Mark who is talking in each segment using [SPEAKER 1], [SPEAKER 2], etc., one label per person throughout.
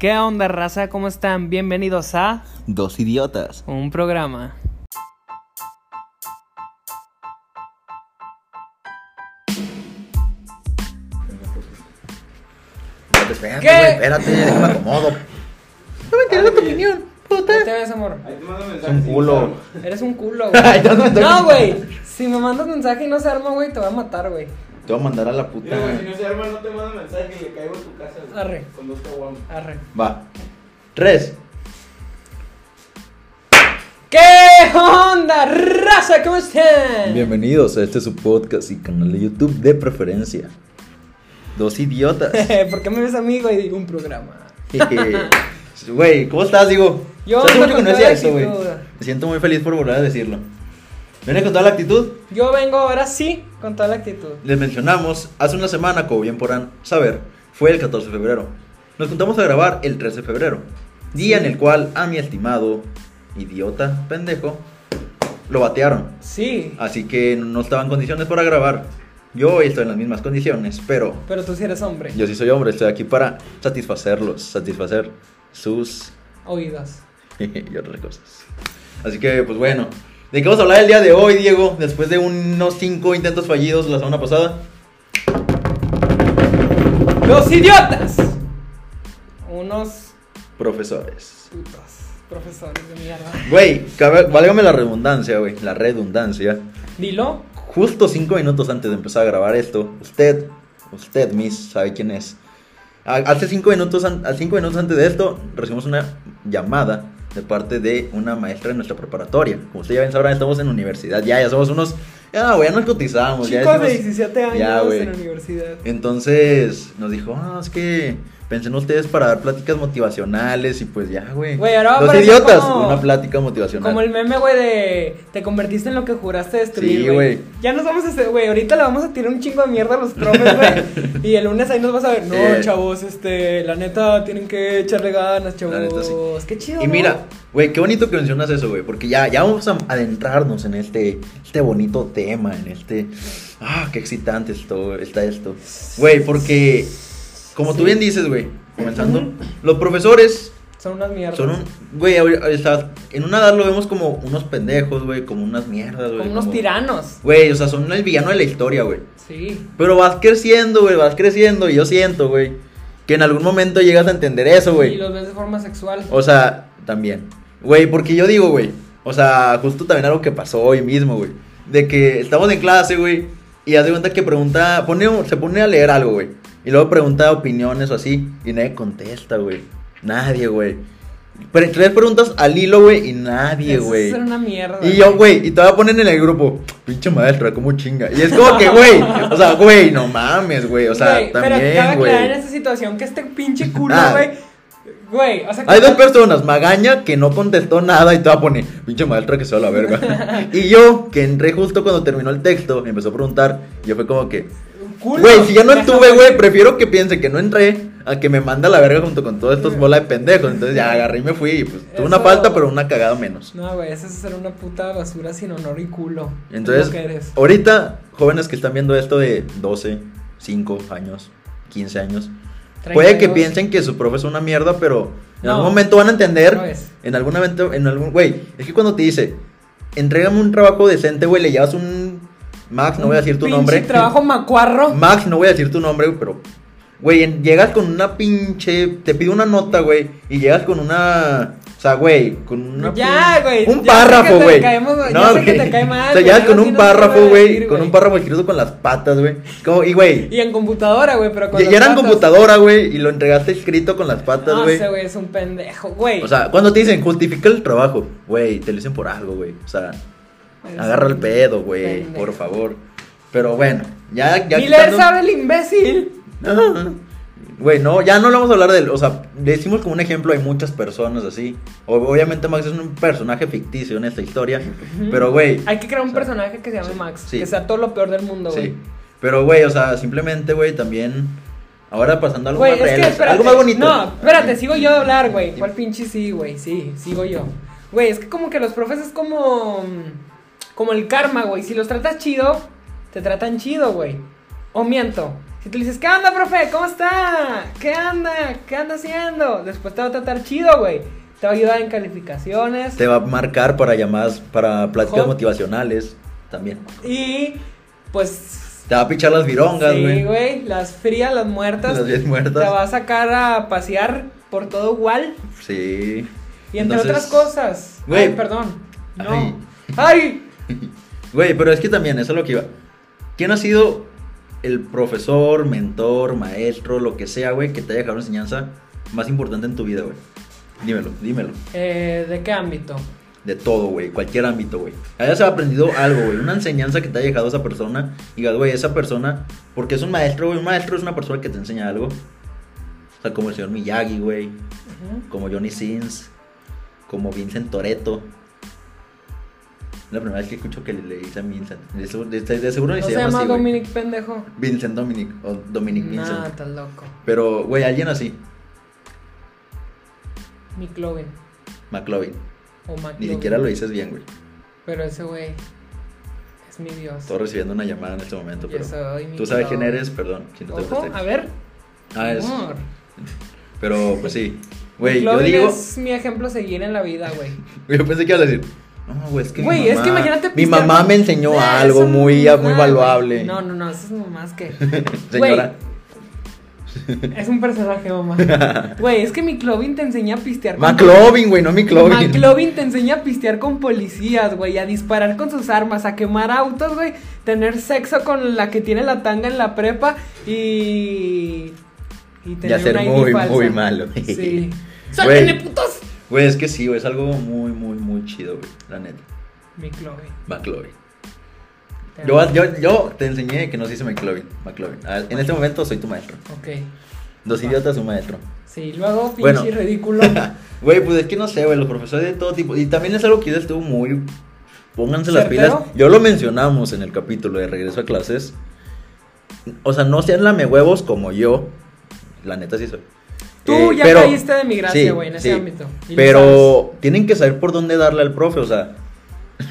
[SPEAKER 1] ¿Qué onda, raza? ¿Cómo están? Bienvenidos a
[SPEAKER 2] Dos idiotas.
[SPEAKER 1] un programa.
[SPEAKER 2] Espérate,
[SPEAKER 1] ¿Qué?
[SPEAKER 2] güey, espérate, déjame acomodo. No me interesa tu opinión.
[SPEAKER 1] ¿Qué te ves, amor?
[SPEAKER 2] Es un culo.
[SPEAKER 1] Eres un culo, güey.
[SPEAKER 2] Ay, yo no estoy-
[SPEAKER 1] No, güey. Si me mandas mensaje y no se arma, güey, te voy a matar, güey.
[SPEAKER 2] Te voy a mandar a la puta.
[SPEAKER 3] Mira, güey, si no se arma, no te mando mensaje y le caigo en tu casa. güey.
[SPEAKER 1] Arre.
[SPEAKER 3] Con dos caguamas.
[SPEAKER 1] Arre.
[SPEAKER 2] Va. Tres.
[SPEAKER 1] ¿Qué onda, raza? ¿Cómo están?
[SPEAKER 2] Bienvenidos a este su podcast y canal de YouTube de preferencia. Dos idiotas.
[SPEAKER 1] ¿Por qué me ves amigo y digo un programa?
[SPEAKER 2] Güey, ¿cómo estás, digo?
[SPEAKER 1] Yo
[SPEAKER 2] ¿Sabes
[SPEAKER 1] ando
[SPEAKER 2] mucho que
[SPEAKER 1] con
[SPEAKER 2] no
[SPEAKER 1] toda
[SPEAKER 2] decía eso,
[SPEAKER 1] la
[SPEAKER 2] güey?
[SPEAKER 1] actitud.
[SPEAKER 2] Me siento muy feliz por volver a decirlo. ¿Vienes con toda la actitud?
[SPEAKER 1] Yo vengo ahora sí con toda la actitud.
[SPEAKER 2] Les mencionamos hace una semana, como bien podrán saber, fue el 14 de febrero. Nos juntamos a grabar el 13 de febrero, día en el cual a mi estimado idiota pendejo lo batearon.
[SPEAKER 1] Sí.
[SPEAKER 2] Así que no estaba en condiciones para grabar. Yo hoy estoy en las mismas condiciones, pero
[SPEAKER 1] Pero tú sí eres hombre.
[SPEAKER 2] yo sí soy hombre, estoy aquí para satisfacerlos, satisfacer sus
[SPEAKER 1] Oídos.
[SPEAKER 2] y otras cosas. Así que, pues bueno, ¿de qué vamos a hablar el día de hoy, Diego? Después de unos 5 intentos fallidos la semana pasada.
[SPEAKER 1] ¡Los idiotas! Unos
[SPEAKER 2] Profesores.
[SPEAKER 1] putos profesores de mierda.
[SPEAKER 2] Güey, cabe- válgame la redundancia, güey. La redundancia.
[SPEAKER 1] Dilo.
[SPEAKER 2] Justo cinco minutos antes de empezar a grabar esto, usted, usted, Miss, sabe quién es. A- Hace cinco minutos, an- a cinco minutos antes de esto, recibimos una llamada de parte de una maestra de nuestra preparatoria. Como ustedes ya ven, ahora estamos en universidad, ya, ya somos unos. Ya, güey, ya nos cotizamos. ya
[SPEAKER 1] Chicos de
[SPEAKER 2] decimos-
[SPEAKER 1] 17 años
[SPEAKER 2] Ya, güey.
[SPEAKER 1] en la universidad.
[SPEAKER 2] Entonces nos dijo, ah, es que pensé en ustedes para dar pláticas motivacionales y pues ya, güey.
[SPEAKER 1] Güey, ahora va a
[SPEAKER 2] Los
[SPEAKER 1] parecer
[SPEAKER 2] idiotas,
[SPEAKER 1] como-
[SPEAKER 2] una plática motivacional.
[SPEAKER 1] Como el meme, güey, de te convertiste en lo que juraste destruir,
[SPEAKER 2] Sí,
[SPEAKER 1] güey.
[SPEAKER 2] güey.
[SPEAKER 1] Ya nos vamos a hacer, güey, ahorita le vamos a tirar un chingo de mierda a los tromes, güey. y el lunes ahí nos vas a ver, no,
[SPEAKER 2] Eh.
[SPEAKER 1] chavos, este, la neta, tienen que echarle ganas, chavos.
[SPEAKER 2] La neta, sí.
[SPEAKER 1] Qué chido,
[SPEAKER 2] Y
[SPEAKER 1] ¿no?
[SPEAKER 2] mira, güey, qué bonito que mencionas eso, güey, porque ya, ya vamos a adentrarnos en este, este bonito tema, en este... Ah, qué excitante esto, está esto. Güey, porque, como tú bien dices, güey, comenzando, los profesores
[SPEAKER 1] Son unas mierdas.
[SPEAKER 2] son un... Güey, ahorita- ahorita en una edad lo vemos como unos pendejos, güey, como unas mierdas, güey.
[SPEAKER 1] Como unos tiranos.
[SPEAKER 2] Güey, o sea, son el villano de la historia, güey.
[SPEAKER 1] Sí.
[SPEAKER 2] Pero vas creciendo, güey, vas creciendo, y yo siento, güey, que en algún momento llegas a entender eso, güey. Oh,
[SPEAKER 1] Y los ves de forma sexual.
[SPEAKER 2] O sea, también. Güey, porque yo digo, güey. O sea, justo también algo que pasó hoy mismo, güey. De que estamos en clase, güey. Y hace cuenta que pregunta. Pone, se pone a leer algo, güey. Y luego pregunta opiniones o así. Y nadie contesta, güey. Nadie, güey. Pre- tres preguntas al hilo, güey. Y nadie,
[SPEAKER 1] Eso
[SPEAKER 2] güey.
[SPEAKER 1] Es una mierda.
[SPEAKER 2] Y yo, güey, y todavía ponen en el grupo, pinche maestra, como chinga. Y es como que, güey, o sea, güey, no mames, güey, o sea,
[SPEAKER 1] Güey, Pero cabe
[SPEAKER 2] también,
[SPEAKER 1] aclarar en
[SPEAKER 2] güey.
[SPEAKER 1] esta situación que este pinche culo,
[SPEAKER 2] Ah.
[SPEAKER 1] güey. Güey, o sea,
[SPEAKER 2] Hay
[SPEAKER 1] que-
[SPEAKER 2] dos personas, Magaña, que no contestó nada y todavía pone, pinche maestra que se va a la verga. y yo, que entré justo cuando terminó el texto, empezó a preguntar, y yo fue como que,
[SPEAKER 1] culo.
[SPEAKER 2] güey, si ya no
[SPEAKER 1] Deja,
[SPEAKER 2] estuve, güey, prefiero que piense que no entré a que me manda a la verga junto con todos estos bola de pendejos. Entonces ya agarré y me fui, y pues tuve una
[SPEAKER 1] Eso-
[SPEAKER 2] falta, pero una cagada menos.
[SPEAKER 1] No, güey, eso es ser una puta basura sin honor y culo. Es
[SPEAKER 2] Entonces,
[SPEAKER 1] lo que eres.
[SPEAKER 2] ahorita, jóvenes que están viendo esto de 12, 5 años, 15 años, puede que
[SPEAKER 1] 32.
[SPEAKER 2] piensen que su profe es una mierda, pero en
[SPEAKER 1] No,
[SPEAKER 2] algún momento van a entender.
[SPEAKER 1] no es.
[SPEAKER 2] En algún momento, en algún. Güey, es que cuando te dice, entrégame un trabajo decente, güey, le llevas un. Max, no voy a decir tu
[SPEAKER 1] Pinche
[SPEAKER 2] nombre.
[SPEAKER 1] trabajo macuarro.
[SPEAKER 2] Max, no voy a decir tu nombre, güey, pero. Güey, en- llegas con una pinche. Te pido una nota, güey. Y llegas con una. O sea, güey, con una.
[SPEAKER 1] Ya, güey,
[SPEAKER 2] Un
[SPEAKER 1] ya sé que
[SPEAKER 2] párrafo,
[SPEAKER 1] te
[SPEAKER 2] güey.
[SPEAKER 1] caemos, ya sé que te cae mal,
[SPEAKER 2] O sea,
[SPEAKER 1] güey,
[SPEAKER 2] llegas
[SPEAKER 1] algo
[SPEAKER 2] con
[SPEAKER 1] así
[SPEAKER 2] un
[SPEAKER 1] no te voy a
[SPEAKER 2] párrafo,
[SPEAKER 1] decir,
[SPEAKER 2] güey. Con
[SPEAKER 1] güey.
[SPEAKER 2] un párrafo escrito con las patas, güey. Como- Y, güey.
[SPEAKER 1] Y en computadora, güey, pero con
[SPEAKER 2] Y,
[SPEAKER 1] las
[SPEAKER 2] y eran
[SPEAKER 1] patas.
[SPEAKER 2] computadora, güey, y lo entregaste escrito con las patas,
[SPEAKER 1] No
[SPEAKER 2] güey.
[SPEAKER 1] sé, güey, es un pendejo, güey.
[SPEAKER 2] o sea, cuando te dicen justifica el trabajo, güey, te lo dicen por algo, güey. O sea,
[SPEAKER 1] Eres
[SPEAKER 2] agarra
[SPEAKER 1] un
[SPEAKER 2] el pedo, güey,
[SPEAKER 1] pendejo.
[SPEAKER 2] por favor. Pero bueno, ya, ya.
[SPEAKER 1] Miller
[SPEAKER 2] quitando-
[SPEAKER 1] sabe el imbécil.
[SPEAKER 2] Ah, Güey, no, ya no le vamos a hablar del. O sea, le decimos como un ejemplo, hay muchas personas así. O- obviamente Max es un personaje ficticio en esta historia. Pero, güey.
[SPEAKER 1] Hay que crear un
[SPEAKER 2] O sea,
[SPEAKER 1] personaje que se llame
[SPEAKER 2] sí,
[SPEAKER 1] Max,
[SPEAKER 2] sí.
[SPEAKER 1] que sea todo lo peor del mundo, güey.
[SPEAKER 2] Sí. Pero, güey, o sea, simplemente, güey, también. Ahora pasando a algo
[SPEAKER 1] Güey,
[SPEAKER 2] más
[SPEAKER 1] es que
[SPEAKER 2] relax,
[SPEAKER 1] espérate.
[SPEAKER 2] Algo más bonito.
[SPEAKER 1] No, espérate, sigo yo de hablar, güey. ¿Cuál pinche sí, güey? Sí, sigo yo. Güey, es que como que los profes es como. mm, Como el karma, güey. Si los tratas chido, te tratan chido, güey. O miento. Si tú le dices, ¿qué onda, profe? ¿Cómo está? ¿Qué anda? ¿Qué anda haciendo? Después te va a tratar chido, güey. Te va a ayudar en calificaciones.
[SPEAKER 2] Te va a marcar para llamadas, para pláticas
[SPEAKER 1] Ojo.
[SPEAKER 2] motivacionales también.
[SPEAKER 1] Y pues.
[SPEAKER 2] Te va a pichar las virongas,
[SPEAKER 1] sí,
[SPEAKER 2] güey.
[SPEAKER 1] güey. Las frías, las muertas.
[SPEAKER 2] Las bien
[SPEAKER 1] Te
[SPEAKER 2] muertas.
[SPEAKER 1] va a sacar a pasear por todo igual.
[SPEAKER 2] Sí.
[SPEAKER 1] Y entre
[SPEAKER 2] Entonces,
[SPEAKER 1] otras cosas.
[SPEAKER 2] güey.
[SPEAKER 1] Ay, perdón. No.
[SPEAKER 2] Ay.
[SPEAKER 1] Ay.
[SPEAKER 2] Güey, pero es que también, eso es lo que iba. ¿Quién ha sido el profesor, mentor, maestro, lo que sea, güey, que te haya dejado una enseñanza más importante en tu vida, güey? Dímelo, dímelo.
[SPEAKER 1] Eh, ¿De qué ámbito?
[SPEAKER 2] De todo, güey, cualquier ámbito, güey. Hayas aprendido algo, güey, una enseñanza que te haya dejado esa persona. Y digas, güey, esa persona, porque es un maestro, güey, un maestro es una persona que te enseña algo. O sea, como el señor Miyagi, güey,
[SPEAKER 1] Ujú.
[SPEAKER 2] como Johnny Sins, como Vincent Toretto. La primera vez que escucho que le, le dicen Vincent. De, seguro- de- de seguro ni
[SPEAKER 1] No
[SPEAKER 2] se,
[SPEAKER 1] se
[SPEAKER 2] llama,
[SPEAKER 1] llama
[SPEAKER 2] así, güey.
[SPEAKER 1] Dominic Pendejo.
[SPEAKER 2] Vincent Dominic o Dominic
[SPEAKER 1] Nah,
[SPEAKER 2] Vincent.
[SPEAKER 1] estás loco.
[SPEAKER 2] Pero, güey, alguien así.
[SPEAKER 1] McLovin.
[SPEAKER 2] McLovin.
[SPEAKER 1] O McLovin.
[SPEAKER 2] Ni siquiera lo dices bien, güey.
[SPEAKER 1] Pero ese güey es mi Dios.
[SPEAKER 2] Estoy recibiendo una llamada en este momento,
[SPEAKER 1] Yo
[SPEAKER 2] pero.
[SPEAKER 1] soy mi
[SPEAKER 2] Tú sabes
[SPEAKER 1] Dios.
[SPEAKER 2] quién eres, perdón, si no te
[SPEAKER 1] Ojo,
[SPEAKER 2] presté.
[SPEAKER 1] a ver.
[SPEAKER 2] Ah, es.
[SPEAKER 1] amor.
[SPEAKER 2] Pero, pues sí. Güey, yo
[SPEAKER 1] McLovin
[SPEAKER 2] digo.
[SPEAKER 1] es mi ejemplo a seguir en la vida, güey.
[SPEAKER 2] Yo pensé que iba a decir. No, güey, es que. mi
[SPEAKER 1] Güey, es
[SPEAKER 2] mamá-
[SPEAKER 1] que imagínate
[SPEAKER 2] Mi
[SPEAKER 1] pistear
[SPEAKER 2] mamá
[SPEAKER 1] con-
[SPEAKER 2] me enseñó
[SPEAKER 1] Ah,
[SPEAKER 2] algo
[SPEAKER 1] eso no
[SPEAKER 2] muy,
[SPEAKER 1] es
[SPEAKER 2] muy
[SPEAKER 1] nada,
[SPEAKER 2] valuable.
[SPEAKER 1] güey. No, no, no, eso es nomás que.
[SPEAKER 2] Señora.
[SPEAKER 1] Güey, es un personaje, mamá. Güey, es que McLovin te enseña a pistear con
[SPEAKER 2] McLovin, güey, no McLovin.
[SPEAKER 1] McLovin te enseña a pistear con policías, güey, a disparar con sus armas, a quemar autos, güey, tener sexo con la que tiene la tanga en la prepa y. Y tener
[SPEAKER 2] ser
[SPEAKER 1] una ID
[SPEAKER 2] muy,
[SPEAKER 1] falsa.
[SPEAKER 2] muy malo.
[SPEAKER 1] Sí.
[SPEAKER 2] Güey.
[SPEAKER 1] ¡Suéltenle, putos!
[SPEAKER 2] Güey, es que sí, güey, es algo muy, muy, muy chido, güey. La neta.
[SPEAKER 1] McLovin.
[SPEAKER 2] McLovin.
[SPEAKER 1] te
[SPEAKER 2] Yo,
[SPEAKER 1] amo.
[SPEAKER 2] yo, yo te enseñé que no se dice McLovin. McLovin. A- En este momento soy tu maestro.
[SPEAKER 1] Ok.
[SPEAKER 2] Dos idiotas, un maestro.
[SPEAKER 1] Sí, luego, pinche
[SPEAKER 2] Bueno.
[SPEAKER 1] ridículo.
[SPEAKER 2] Güey, pues es que no sé, güey, los profesores de todo tipo. Y también es algo que yo estuvo muy. Pónganse las pilas.
[SPEAKER 1] ¿Certero?
[SPEAKER 2] Yo lo mencionamos en el capítulo de regreso a clases. O sea, no sean lamehuevos como yo. La neta sí soy.
[SPEAKER 1] Tú
[SPEAKER 2] Eh,
[SPEAKER 1] ya
[SPEAKER 2] pero-
[SPEAKER 1] caíste de mi
[SPEAKER 2] sí,
[SPEAKER 1] gracia, güey, en ese
[SPEAKER 2] sí.
[SPEAKER 1] ámbito. Y lo sabes.
[SPEAKER 2] Pero tienen que saber por dónde darle al profe, o sea.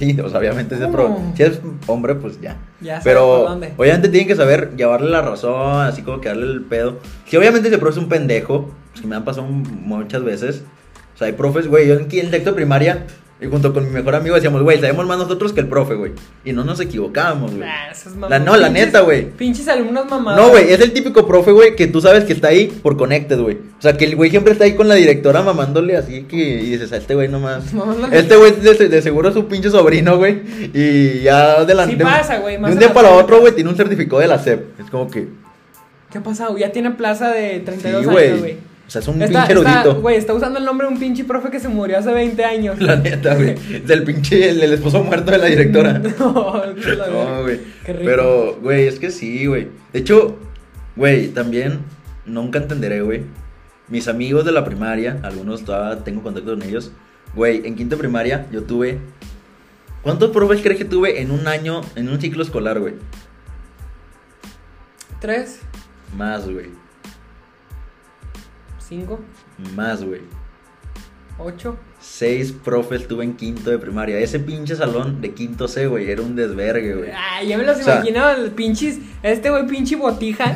[SPEAKER 2] sí, o sea, obviamente es de pro-
[SPEAKER 1] ¿Cómo?
[SPEAKER 2] Si es hombre, pues ya.
[SPEAKER 1] Ya sabes por
[SPEAKER 2] Pero
[SPEAKER 1] dónde.
[SPEAKER 2] obviamente tienen que saber llevarle la razón, así como que darle el pedo. Si obviamente ese profe es un pendejo, si me han pasado un- muchas veces. O sea, hay profes, güey, yo en qui- en sexto de primaria, y junto con mi mejor amigo decíamos, güey, sabemos más nosotros que el profe, güey. Y no nos equivocábamos, güey.
[SPEAKER 1] Ah, esas
[SPEAKER 2] La- no, la
[SPEAKER 1] pinches-
[SPEAKER 2] neta, güey.
[SPEAKER 1] Pinches alumnos mamados.
[SPEAKER 2] No, güey, es el típico profe, güey, que tú sabes que está ahí por connected, güey. O sea, que el güey siempre está ahí con la directora mamándole así que y dices, a este güey nomás.
[SPEAKER 1] Nomás lo-
[SPEAKER 2] Este güey de, de seguro es su pinche sobrino, güey. Y ya de la
[SPEAKER 1] Sí
[SPEAKER 2] de-
[SPEAKER 1] pasa, güey,
[SPEAKER 2] De
[SPEAKER 1] más
[SPEAKER 2] un
[SPEAKER 1] en
[SPEAKER 2] día
[SPEAKER 1] las
[SPEAKER 2] para
[SPEAKER 1] prepas.
[SPEAKER 2] otro, güey, tiene un certificado de la CEP. Es como que.
[SPEAKER 1] ¿Qué ha pasado? Ya tiene plaza de
[SPEAKER 2] Sí,
[SPEAKER 1] 32 años,
[SPEAKER 2] güey.
[SPEAKER 1] güey.
[SPEAKER 2] O sea, es un
[SPEAKER 1] Está,
[SPEAKER 2] pinche
[SPEAKER 1] está,
[SPEAKER 2] erudito.
[SPEAKER 1] güey, está usando el nombre de un pinche profe que se murió hace 20 años.
[SPEAKER 2] La neta, güey. Del pinche, el, el esposo muerto de la directora.
[SPEAKER 1] No, es la
[SPEAKER 2] No,
[SPEAKER 1] verga.
[SPEAKER 2] güey.
[SPEAKER 1] Qué rico.
[SPEAKER 2] Pero, güey, es que sí, güey. De hecho, güey, también nunca entenderé, güey. Mis amigos de la primaria, algunos todavía tengo contacto con ellos. Güey, en quinto de primaria yo tuve. ¿Cuántos profes crees que tuve en un año, en un ciclo escolar, güey?
[SPEAKER 1] Tres,
[SPEAKER 2] Más, güey.
[SPEAKER 1] cinco,
[SPEAKER 2] Más, güey.
[SPEAKER 1] ocho.
[SPEAKER 2] Seis profes tuve en quinto de primaria. Ese pinche salón de quinto C, güey, era un desvergue, güey.
[SPEAKER 1] Ay, ya me los
[SPEAKER 2] O sea-
[SPEAKER 1] imagino, los pinches, este güey pinche botija.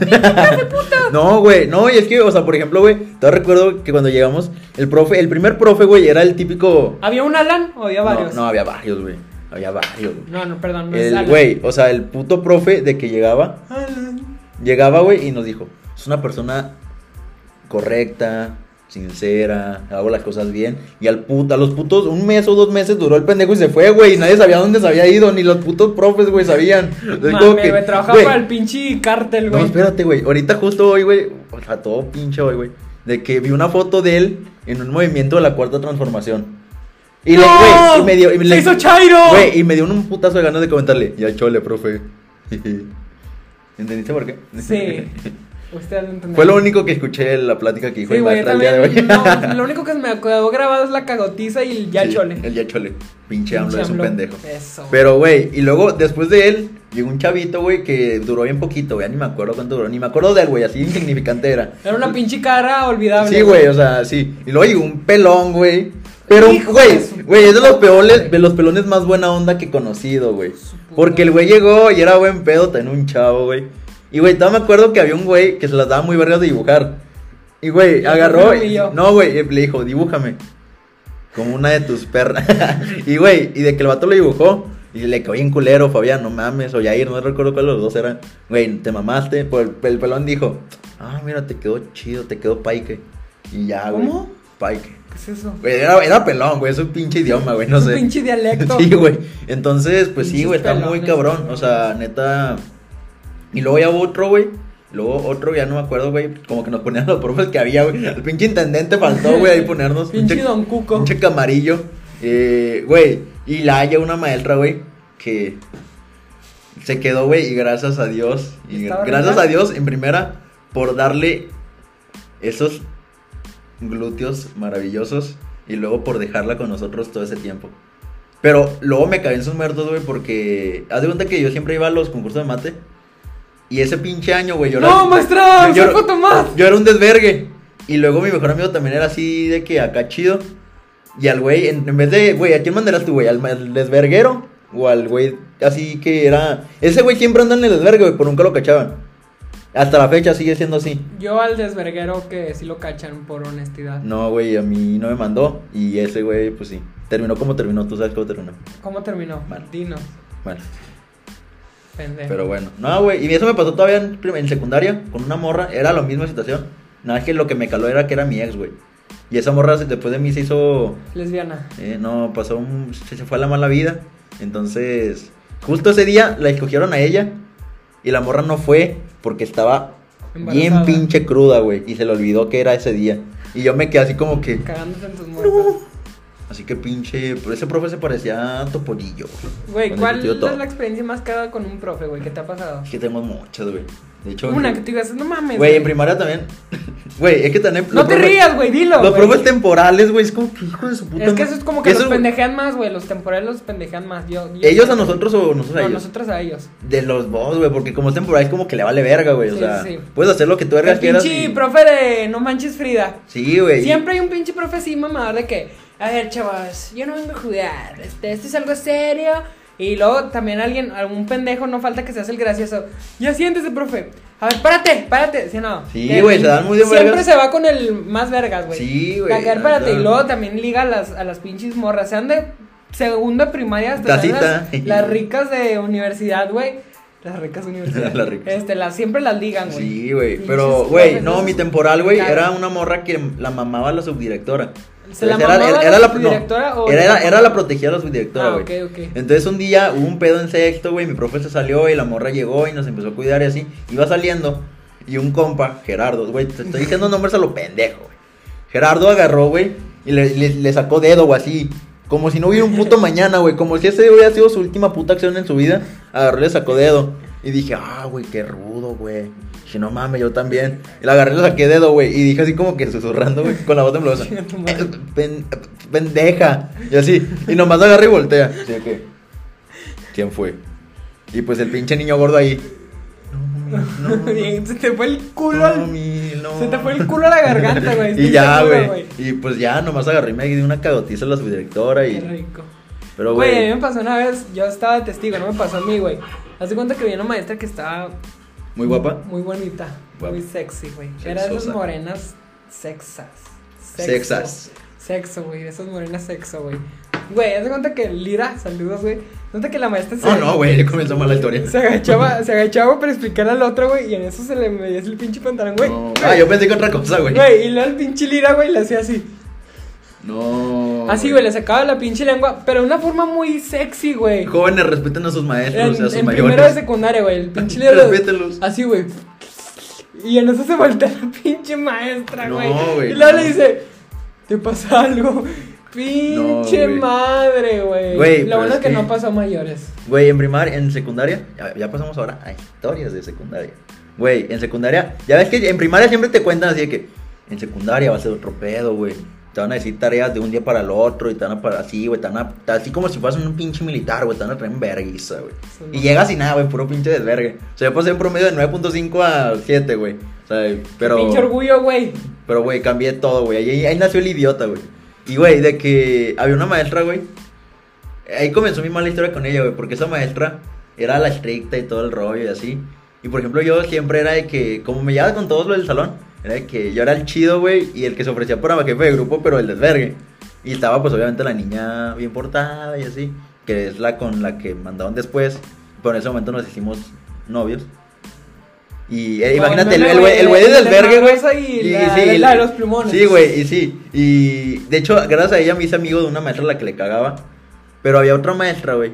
[SPEAKER 2] No, güey, no, y es que, o sea, por ejemplo, güey, todavía recuerdo que cuando llegamos, el profe, el primer profe, güey, era el típico.
[SPEAKER 1] ¿Había un Alan o había
[SPEAKER 2] No,
[SPEAKER 1] varios?
[SPEAKER 2] no, había varios, güey. Había varios, güey.
[SPEAKER 1] no, no, perdón, no es
[SPEAKER 2] El
[SPEAKER 1] Alan.
[SPEAKER 2] güey, o sea, el puto profe de que llegaba,
[SPEAKER 1] Alan.
[SPEAKER 2] llegaba, güey, y nos dijo, es una persona correcta, sincera, hago las cosas bien. Y al puto, a los putos, un mes o dos meses duró el pendejo y se fue, güey. Y nadie sabía dónde se había ido, ni los putos profes, güey, sabían. Entonces, como
[SPEAKER 1] Mame,
[SPEAKER 2] que,
[SPEAKER 1] güey, trabajaba
[SPEAKER 2] güey,
[SPEAKER 1] para el pinche cártel,
[SPEAKER 2] no,
[SPEAKER 1] güey.
[SPEAKER 2] espérate, güey. Ahorita justo hoy, güey. O sea, todo pinche hoy, güey. De que vi una foto de él en un movimiento de la cuarta transformación. Y le,
[SPEAKER 1] ¡No!
[SPEAKER 2] güey, y me dio. Y me
[SPEAKER 1] ¡Se
[SPEAKER 2] le-
[SPEAKER 1] hizo Chairo!
[SPEAKER 2] Güey, y me dio un putazo de ganas de comentarle. Ya chole, profe. ¿Entendiste por qué?
[SPEAKER 1] Sí. Usted lo entendió.
[SPEAKER 2] Fue lo único que escuché en la plática que dijo
[SPEAKER 1] Sí,
[SPEAKER 2] el
[SPEAKER 1] güey, yo
[SPEAKER 2] maestro el día de hoy.
[SPEAKER 1] también. no, lo único que se me quedó grabado es la cagotiza y el ya
[SPEAKER 2] Sí,
[SPEAKER 1] chole.
[SPEAKER 2] El ya chole. Pinche AMLO
[SPEAKER 1] Pinche
[SPEAKER 2] es un
[SPEAKER 1] AMLO.
[SPEAKER 2] pendejo.
[SPEAKER 1] Eso.
[SPEAKER 2] Pero, güey, y luego después de él, llegó un chavito, güey, que duró bien poquito, güey. Ya Ni me acuerdo cuánto duró. Ni me acuerdo de él, güey. Así insignificante era.
[SPEAKER 1] Era una pinche cara olvidable.
[SPEAKER 2] Sí, güey, o sea, sí. Y luego llegó un pelón, güey. Pero,
[SPEAKER 1] Hijo
[SPEAKER 2] güey,
[SPEAKER 1] de su
[SPEAKER 2] güey, es de los
[SPEAKER 1] puta
[SPEAKER 2] peones,
[SPEAKER 1] madre.
[SPEAKER 2] de los pelones más buena onda que he conocido, güey.
[SPEAKER 1] puta
[SPEAKER 2] Porque el güey llegó y era buen pedo, tenía un chavo, güey. Y, güey, todavía me acuerdo que había un güey que se las daba muy vergas de dibujar. Y, güey,
[SPEAKER 1] Yo
[SPEAKER 2] agarró.
[SPEAKER 1] creo que
[SPEAKER 2] y-
[SPEAKER 1] yo.
[SPEAKER 2] no, güey, le dijo, dibújame. Como una de tus perras. y, güey, y de que el vato lo dibujó. Y le quedó bien culero, Fabián, no mames, o Yair, no recuerdo cuál de los dos era. Güey, te mamaste. Pues el, el pelón dijo, ah, mira, te quedó chido, te quedó paike. Y ya, güey.
[SPEAKER 1] ¿Cómo?
[SPEAKER 2] Paike.
[SPEAKER 1] ¿Qué es eso?
[SPEAKER 2] Güey, era, era pelón, güey, es un pinche idioma, güey, no
[SPEAKER 1] Es un
[SPEAKER 2] sé.
[SPEAKER 1] pinche dialecto.
[SPEAKER 2] Sí, güey. Entonces, pues sí,
[SPEAKER 1] Pinches
[SPEAKER 2] güey, está muy
[SPEAKER 1] pelones,
[SPEAKER 2] cabrón.
[SPEAKER 1] güey.
[SPEAKER 2] O sea, neta. Y luego ya hubo otro, güey. Luego otro, ya no me acuerdo, güey. Como que nos ponían los profes que había, güey. El pinche intendente faltó, güey, ahí ponernos.
[SPEAKER 1] Pinche Don Cuco.
[SPEAKER 2] Pinche camarillo. Eh, güey. Y la haya una maestra, güey, que se quedó, güey. Y gracias a Dios. Y
[SPEAKER 1] ¿Estaba
[SPEAKER 2] gracias
[SPEAKER 1] rica?
[SPEAKER 2] a Dios, en primera, por darle esos glúteos maravillosos y luego por dejarla con nosotros todo ese tiempo. Pero luego me caí en sus muertos, güey, porque haz de cuenta que yo siempre iba a los concursos de mate y ese pinche año, güey, yo era-
[SPEAKER 1] ¡No, maestra!
[SPEAKER 2] yo-
[SPEAKER 1] ¡Soy foto más!
[SPEAKER 2] yo era un desvergue. Y luego mi mejor amigo también era así de que acá chido. Y al güey, en, en vez de, güey, ¿a quién mandarás tú, güey? ¿Al, ma- al desverguero? O al güey así que era... Ese güey siempre anda en el desvergue, güey, pero nunca lo cachaban. Hasta la fecha sigue siendo así.
[SPEAKER 1] Yo al desverguero que sí lo cachan por honestidad.
[SPEAKER 2] No, güey, a mí no me mandó. Y ese güey, pues sí. Terminó como terminó, tú sabes cómo terminó.
[SPEAKER 1] ¿Cómo terminó?
[SPEAKER 2] Mal.
[SPEAKER 1] Dinos,
[SPEAKER 2] Bueno,
[SPEAKER 1] pendejo.
[SPEAKER 2] pero bueno. No, güey, y eso me pasó todavía en, prim- en secundaria con una morra. Era la misma situación. Nada más que lo que me caló era que era mi ex, güey. Y esa morra se- después de mí se hizo.
[SPEAKER 1] Lesbiana.
[SPEAKER 2] eh, no, pasó un. Se, se fue a la mala vida. Entonces, justo ese día la escogieron a ella. Y la morra no fue porque estaba bien
[SPEAKER 1] Embarazada.
[SPEAKER 2] pinche cruda, güey. Y se le olvidó que era ese día. Y yo me quedé así como que.
[SPEAKER 1] Cagándote en tus muertos.
[SPEAKER 2] Así que pinche, pero ese profe se parecía a Topolillo.
[SPEAKER 1] Güey,
[SPEAKER 2] güey. Con el
[SPEAKER 1] ¿cuál
[SPEAKER 2] sentido
[SPEAKER 1] es
[SPEAKER 2] todo.
[SPEAKER 1] la experiencia más cara con un profe, güey? ¿Qué te ha pasado?
[SPEAKER 2] Es que tenemos muchas, güey. De hecho,
[SPEAKER 1] Una que
[SPEAKER 2] güey,
[SPEAKER 1] te digas, no mames.
[SPEAKER 2] güey, en primaria también. Güey, es que también
[SPEAKER 1] No
[SPEAKER 2] los
[SPEAKER 1] te
[SPEAKER 2] profes-
[SPEAKER 1] rías, güey, dilo.
[SPEAKER 2] Los
[SPEAKER 1] güey.
[SPEAKER 2] profes temporales, güey, es como que hijo de su puta.
[SPEAKER 1] Es que
[SPEAKER 2] madre.
[SPEAKER 1] eso es como que
[SPEAKER 2] Esos,
[SPEAKER 1] los
[SPEAKER 2] güey,
[SPEAKER 1] pendejean más, güey. Los temporales los pendejean más. Yo, yo-
[SPEAKER 2] ellos a nosotros o nosotros a
[SPEAKER 1] No,
[SPEAKER 2] ellos.
[SPEAKER 1] nosotros a ellos.
[SPEAKER 2] De los dos, güey, porque como es temporal es como que le vale verga, güey, o
[SPEAKER 1] Sí,
[SPEAKER 2] sea,
[SPEAKER 1] sí.
[SPEAKER 2] puedes hacer lo que tú vergas
[SPEAKER 1] El
[SPEAKER 2] quieras.
[SPEAKER 1] pinche
[SPEAKER 2] y-
[SPEAKER 1] profe de No Manches Frida.
[SPEAKER 2] Sí, güey. y-
[SPEAKER 1] Siempre hay un pinche profe así mamador de que, a ver, chavos, yo no vengo a jugar, este, esto es algo serio. Y luego también alguien, algún pendejo, no falta que se hace el gracioso. Ya siéntese, profe. A ver, párate, párate. Sí, no.
[SPEAKER 2] Sí,
[SPEAKER 1] Que
[SPEAKER 2] güey, se dan muy de
[SPEAKER 1] Siempre
[SPEAKER 2] vergas.
[SPEAKER 1] se va con el más vergas, güey.
[SPEAKER 2] Sí, güey,
[SPEAKER 1] A ver,
[SPEAKER 2] la
[SPEAKER 1] párate.
[SPEAKER 2] neta.
[SPEAKER 1] Y luego también liga a las, a las pinches morras. Sean de segunda primaria hasta sean
[SPEAKER 2] Tacita.
[SPEAKER 1] las, las ricas de universidad, güey. Las ricas de universidad.
[SPEAKER 2] Las ricas.
[SPEAKER 1] Este, las, siempre las ligan, güey.
[SPEAKER 2] Sí, güey.
[SPEAKER 1] Pinches
[SPEAKER 2] Pero, güey,
[SPEAKER 1] profes,
[SPEAKER 2] no,
[SPEAKER 1] esos
[SPEAKER 2] mi temporal, güey,
[SPEAKER 1] cagan.
[SPEAKER 2] era una morra que la mamaba la subdirectora.
[SPEAKER 1] ¿Se la
[SPEAKER 2] Entonces, era-
[SPEAKER 1] mamaba
[SPEAKER 2] era- era
[SPEAKER 1] la
[SPEAKER 2] no,
[SPEAKER 1] subdirectora o
[SPEAKER 2] era,
[SPEAKER 1] la
[SPEAKER 2] era,
[SPEAKER 1] mamá?
[SPEAKER 2] era la protegida de la subdirectora,
[SPEAKER 1] Ah,
[SPEAKER 2] güey.
[SPEAKER 1] ok, ok.
[SPEAKER 2] Entonces un día hubo un pedo en sexto, güey, mi profe se salió y la morra llegó y nos empezó a cuidar y así. Iba saliendo y un compa, Gerardo, güey, te estoy diciendo nombres a lo pendejo, güey. Gerardo agarró, güey, y le, le- le sacó dedo, güey, así. Como si no hubiera un puto mañana, güey. Como si ese hubiera sido su última puta acción en su vida. Agarró y le sacó dedo. Y dije, ah, güey, qué rudo, güey. Dije, no mames, yo también. Y le agarré y le saqué dedo, güey. Y dije así como que susurrando, güey, con la voz temblorosa.
[SPEAKER 1] Chinga tu madre.
[SPEAKER 2] "Pen- pendeja. Y así. Y nomás agarré y voltea. Así de que, ¿Quién fue? Y pues el pinche niño gordo ahí. No, no, no,
[SPEAKER 1] Bien, se te fue el culo
[SPEAKER 2] no,
[SPEAKER 1] al-
[SPEAKER 2] mi, no.
[SPEAKER 1] Se te fue el culo a la garganta, güey.
[SPEAKER 2] Y
[SPEAKER 1] estoy
[SPEAKER 2] ya,
[SPEAKER 1] seguro,
[SPEAKER 2] güey. Y pues ya, nomás agarré y me di una cagotiza a la subdirectora
[SPEAKER 1] Qué
[SPEAKER 2] y...
[SPEAKER 1] rico.
[SPEAKER 2] Pero,
[SPEAKER 1] Güey, a mí
[SPEAKER 2] güey,
[SPEAKER 1] me pasó una vez, yo estaba de testigo, no me pasó a mí, güey. Haz de cuenta que había una maestra que estaba
[SPEAKER 2] muy guapa.
[SPEAKER 1] muy bonita,
[SPEAKER 2] Guapa.
[SPEAKER 1] muy sexy, güey. Era de esas
[SPEAKER 2] Sexosa.
[SPEAKER 1] morenas sexas. Sexo.
[SPEAKER 2] Sexas.
[SPEAKER 1] Sexo, güey, de esas morenas sexo, güey. Güey, haz de cuenta que Lira, saludos, güey. Nota que la maestra se.
[SPEAKER 2] No, Oh, Ah, no, güey, ya comenzó mal la historia.
[SPEAKER 1] Se agachaba, se agachaba para explicar al otro, güey, y en eso se le medía el pinche pantalón, güey.
[SPEAKER 2] No. Ah, yo pensé que otra cosa, güey.
[SPEAKER 1] Güey, y luego el pinche Lira, güey, le hacía así.
[SPEAKER 2] No.
[SPEAKER 1] Así, Ah, güey, le sacaba la pinche lengua, pero de una forma muy sexy, güey.
[SPEAKER 2] Jóvenes, respeten a sus maestros,
[SPEAKER 1] En,
[SPEAKER 2] a sus
[SPEAKER 1] en
[SPEAKER 2] mayores.
[SPEAKER 1] primero de secundaria, güey, el pinche líder.
[SPEAKER 2] Respétenlos.
[SPEAKER 1] Así, güey. Y en eso se voltea la pinche maestra,
[SPEAKER 2] No,
[SPEAKER 1] güey.
[SPEAKER 2] güey,
[SPEAKER 1] y luego
[SPEAKER 2] no.
[SPEAKER 1] le dice, ¿te pasa algo? Pinche
[SPEAKER 2] güey.
[SPEAKER 1] madre, güey.
[SPEAKER 2] Güey,
[SPEAKER 1] Lo
[SPEAKER 2] pero
[SPEAKER 1] bueno
[SPEAKER 2] es
[SPEAKER 1] es que,
[SPEAKER 2] que-
[SPEAKER 1] no pasó a mayores.
[SPEAKER 2] Güey, en primaria, en secundaria, ya, ya pasamos ahora a historias de secundaria. Güey, en secundaria, ya ves que en primaria siempre te cuentan así de que en secundaria va a ser otro pedo, güey. Te van a decir tareas de un día para el otro y te van a para así, güey, te van a así como si fueras un pinche militar, güey, te van a traer en verguiza, güey.
[SPEAKER 1] Sí,
[SPEAKER 2] Y
[SPEAKER 1] no.
[SPEAKER 2] llegas y nada, güey, puro pinche desvergue. O sea, yo pasé un promedio de 9.5 a 7, güey. O sea, pero
[SPEAKER 1] Pinche orgullo, güey.
[SPEAKER 2] pero, güey, cambié todo, güey. Ahí, ahí nació el idiota, güey. Y, güey, de que había una maestra, güey. Ahí comenzó mi mala historia con ella, güey. Porque esa maestra era la estricta y todo el rollo y así. Y por ejemplo, yo siempre era de que, como me llevaba con todos los del salón, era de que yo era el chido, güey, y el que se ofrecía por jefe de grupo, pero el desvergue. Y estaba, pues obviamente, la niña bien portada y así, que es la con la que mandaban después. Pero en ese momento nos hicimos novios. Y eh,
[SPEAKER 1] No,
[SPEAKER 2] imagínate,
[SPEAKER 1] no, no,
[SPEAKER 2] el- el güey el
[SPEAKER 1] la-
[SPEAKER 2] güey
[SPEAKER 1] la
[SPEAKER 2] del desvergue,
[SPEAKER 1] rosa
[SPEAKER 2] güey.
[SPEAKER 1] y la- la- la de los plumones.
[SPEAKER 2] Sí, güey, y sí. Y de hecho, gracias a ella me hice amigo de una maestra a la que le cagaba. Pero había otra maestra, güey,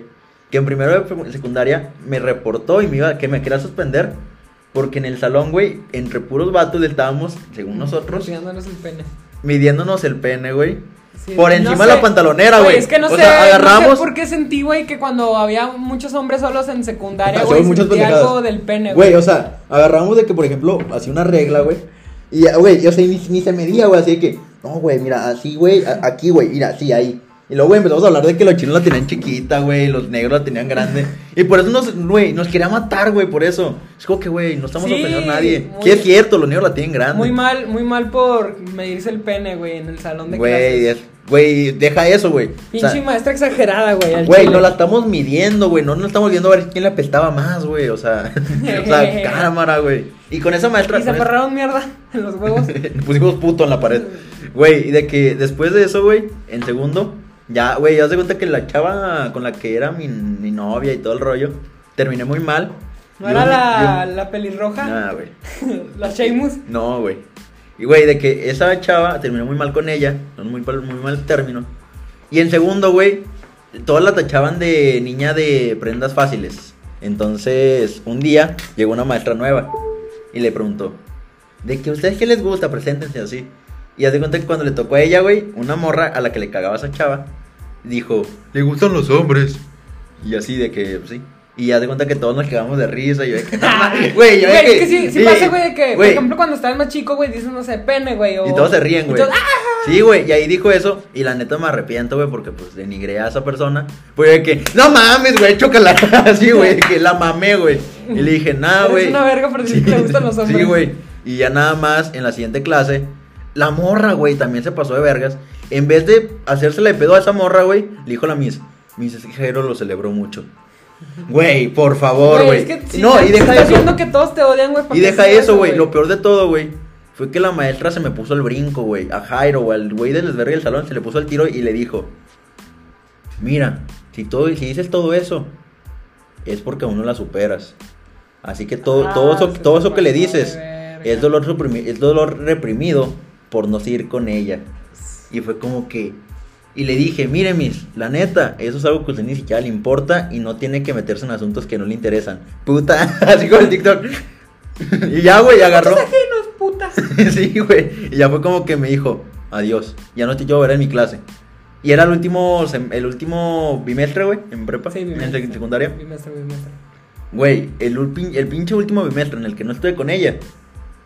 [SPEAKER 2] que en primero de fec- secundaria me reportó y me iba, que me quería suspender. Porque en el salón, güey, entre puros vatos estábamos, según nosotros,
[SPEAKER 1] Enseñándonos el pene.
[SPEAKER 2] midiéndonos el pene, güey.
[SPEAKER 1] Sí,
[SPEAKER 2] por
[SPEAKER 1] no
[SPEAKER 2] encima
[SPEAKER 1] sé.
[SPEAKER 2] de la pantalonera,
[SPEAKER 1] Oye,
[SPEAKER 2] güey.
[SPEAKER 1] Es que no
[SPEAKER 2] o
[SPEAKER 1] sé,
[SPEAKER 2] sea, agarramos.
[SPEAKER 1] no sé por qué sentí, güey, que cuando había muchos hombres solos en secundaria,
[SPEAKER 2] Hacemos
[SPEAKER 1] güey,
[SPEAKER 2] muchas
[SPEAKER 1] sentí
[SPEAKER 2] pendejadas.
[SPEAKER 1] algo del pene,
[SPEAKER 2] Güey, o sea, agarramos de que, por ejemplo, hacía una regla, güey. Y, ya, güey, yo sé, ni, ni se medía, güey, así de que, no, güey, mira, así, güey, a- aquí, güey, mira, así, ahí. Y luego, güey, empezamos a hablar de que los chinos la tenían chiquita, güey, los negros la tenían grande. Y por eso nos, güey, nos quería matar, güey, por eso. Es como que, güey, no estamos
[SPEAKER 1] Sí,
[SPEAKER 2] ofendiendo a nadie.
[SPEAKER 1] muy-
[SPEAKER 2] Que es cierto, los negros la tienen grande.
[SPEAKER 1] Muy mal, muy mal por medirse el pene, güey, en el salón de
[SPEAKER 2] Güey,
[SPEAKER 1] clases.
[SPEAKER 2] es- güey, deja eso, güey. O
[SPEAKER 1] Pinche
[SPEAKER 2] sea,
[SPEAKER 1] maestra exagerada, güey. al
[SPEAKER 2] Güey,
[SPEAKER 1] chile.
[SPEAKER 2] no la estamos midiendo, güey. No nos estamos viendo a ver quién la apestaba más, güey. O sea, o sea, cámara, güey. Y con esa maestra.
[SPEAKER 1] Y se
[SPEAKER 2] con esa-
[SPEAKER 1] parraron mierda en los huevos.
[SPEAKER 2] pusimos puto en la pared. Güey, y de que después de eso, güey, en segundo, ya, güey, ya se cuenta que la chava con la que era mi, mi novia y todo el rollo, terminé muy mal.
[SPEAKER 1] ¿No
[SPEAKER 2] Y
[SPEAKER 1] era
[SPEAKER 2] un-
[SPEAKER 1] la,
[SPEAKER 2] y un-
[SPEAKER 1] la pelirroja?
[SPEAKER 2] Nah, güey.
[SPEAKER 1] la Sheamus.
[SPEAKER 2] No, güey. Y, güey, de que esa chava terminó muy mal con ella, son muy, pal- muy mal término. Y en segundo, güey, todas la tachaban de niña de prendas fáciles. Entonces, un día llegó una maestra nueva y le preguntó, ¿de que ustedes qué les gusta? Preséntense así. Y haz de cuenta que cuando le tocó a ella, güey, una morra a la que le cagaba esa chava, dijo, le gustan los hombres. Y así de que, pues, sí. Y haz de cuenta que todos nos quedamos de risa. Y yo de que, no, mames, güey, yo de
[SPEAKER 1] Güey, es que sí, sí
[SPEAKER 2] sí,
[SPEAKER 1] pasa, güey, de que, por ejemplo, cuando estás más chico, güey, dices, no sé, pene, güey. o-
[SPEAKER 2] y todos se ríen,
[SPEAKER 1] y
[SPEAKER 2] güey.
[SPEAKER 1] todos, ¡ah!
[SPEAKER 2] Sí, güey, y ahí dijo eso. Y la neta me arrepiento, güey, porque pues denigré a esa persona. Pues de que, no mames, güey, chócala. Así, güey, de que la mamé, güey. Y le dije,
[SPEAKER 1] Eres
[SPEAKER 2] nah, Ah, güey.
[SPEAKER 1] una verga por decir que te gustan los hombres.
[SPEAKER 2] Sí, güey. Y ya nada más, en la siguiente clase, la morra, güey, también se pasó de vergas. En vez de hacérsela de pedo a esa morra, güey, le dijo la Miss. Miss Jero lo celebró mucho. Güey, por favor, güey.
[SPEAKER 1] es que sí,
[SPEAKER 2] no, y deja
[SPEAKER 1] estás
[SPEAKER 2] eso.
[SPEAKER 1] viendo que todos te odian, güey. ¿para
[SPEAKER 2] Y
[SPEAKER 1] qué
[SPEAKER 2] deja
[SPEAKER 1] haces
[SPEAKER 2] eso, güey. Lo peor de todo, güey, fue que la maestra se me puso el brinco, güey. A Jairo, güey, al güey del desvergue del salón, se le puso el tiro y le dijo: Mira, si, todo, si dices todo eso, es porque aún no la superas. Así que todo,
[SPEAKER 1] Ah,
[SPEAKER 2] todo, eso,
[SPEAKER 1] se
[SPEAKER 2] todo eso que le
[SPEAKER 1] pasó de
[SPEAKER 2] dices
[SPEAKER 1] verga.
[SPEAKER 2] es dolor, suprimi- es dolor reprimido por no seguir con ella. Y fue como que. Y le dije, mire, mis, la neta, eso es algo que a usted ni siquiera le importa y no tiene que meterse en asuntos que no le interesan. Puta, así como el TikTok. Y ya, güey, agarró.
[SPEAKER 1] Tus ajenos, puta.
[SPEAKER 2] sí, güey. Y ya fue como que me dijo, adiós, ya no te quiero ver en mi clase. Y era el último, sem- el último bimestre, güey, en prepa,
[SPEAKER 1] Sí,
[SPEAKER 2] en
[SPEAKER 1] bimestre.
[SPEAKER 2] sec- secundaria.
[SPEAKER 1] Bimestre, bimestre.
[SPEAKER 2] Güey, el, ulpin- el pinche último bimestre en el que no estuve con ella,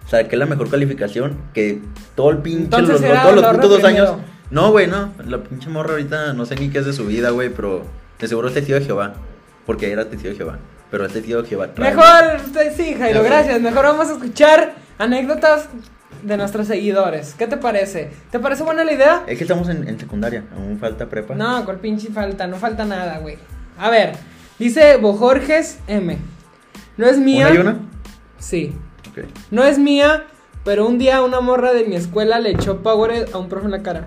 [SPEAKER 2] saqué la mejor calificación que todo el pinche,
[SPEAKER 1] Entonces
[SPEAKER 2] los, los-
[SPEAKER 1] era
[SPEAKER 2] todos los
[SPEAKER 1] lo
[SPEAKER 2] putos dos
[SPEAKER 1] reprimido.
[SPEAKER 2] años. No, güey, no. La pinche morra ahorita no sé ni qué es de su vida, güey, pero de seguro es testigo de Jehová. Porque era testigo de Jehová. Pero es testigo de Jehová. trae-
[SPEAKER 1] Mejor, eh, sí, Jairo,
[SPEAKER 2] Ya sé.
[SPEAKER 1] gracias. Mejor vamos a escuchar anécdotas de nuestros seguidores. ¿Qué te parece? ¿Te parece buena la idea?
[SPEAKER 2] Es que estamos en, en secundaria, aún falta prepa.
[SPEAKER 1] No, con pinche falta, no falta nada, güey. A ver, dice Bojorges M. No es mía.
[SPEAKER 2] ¿Una y una?
[SPEAKER 1] Sí.
[SPEAKER 2] Ok.
[SPEAKER 1] No es mía, pero un día una morra de mi escuela le echó power a un profe en la cara.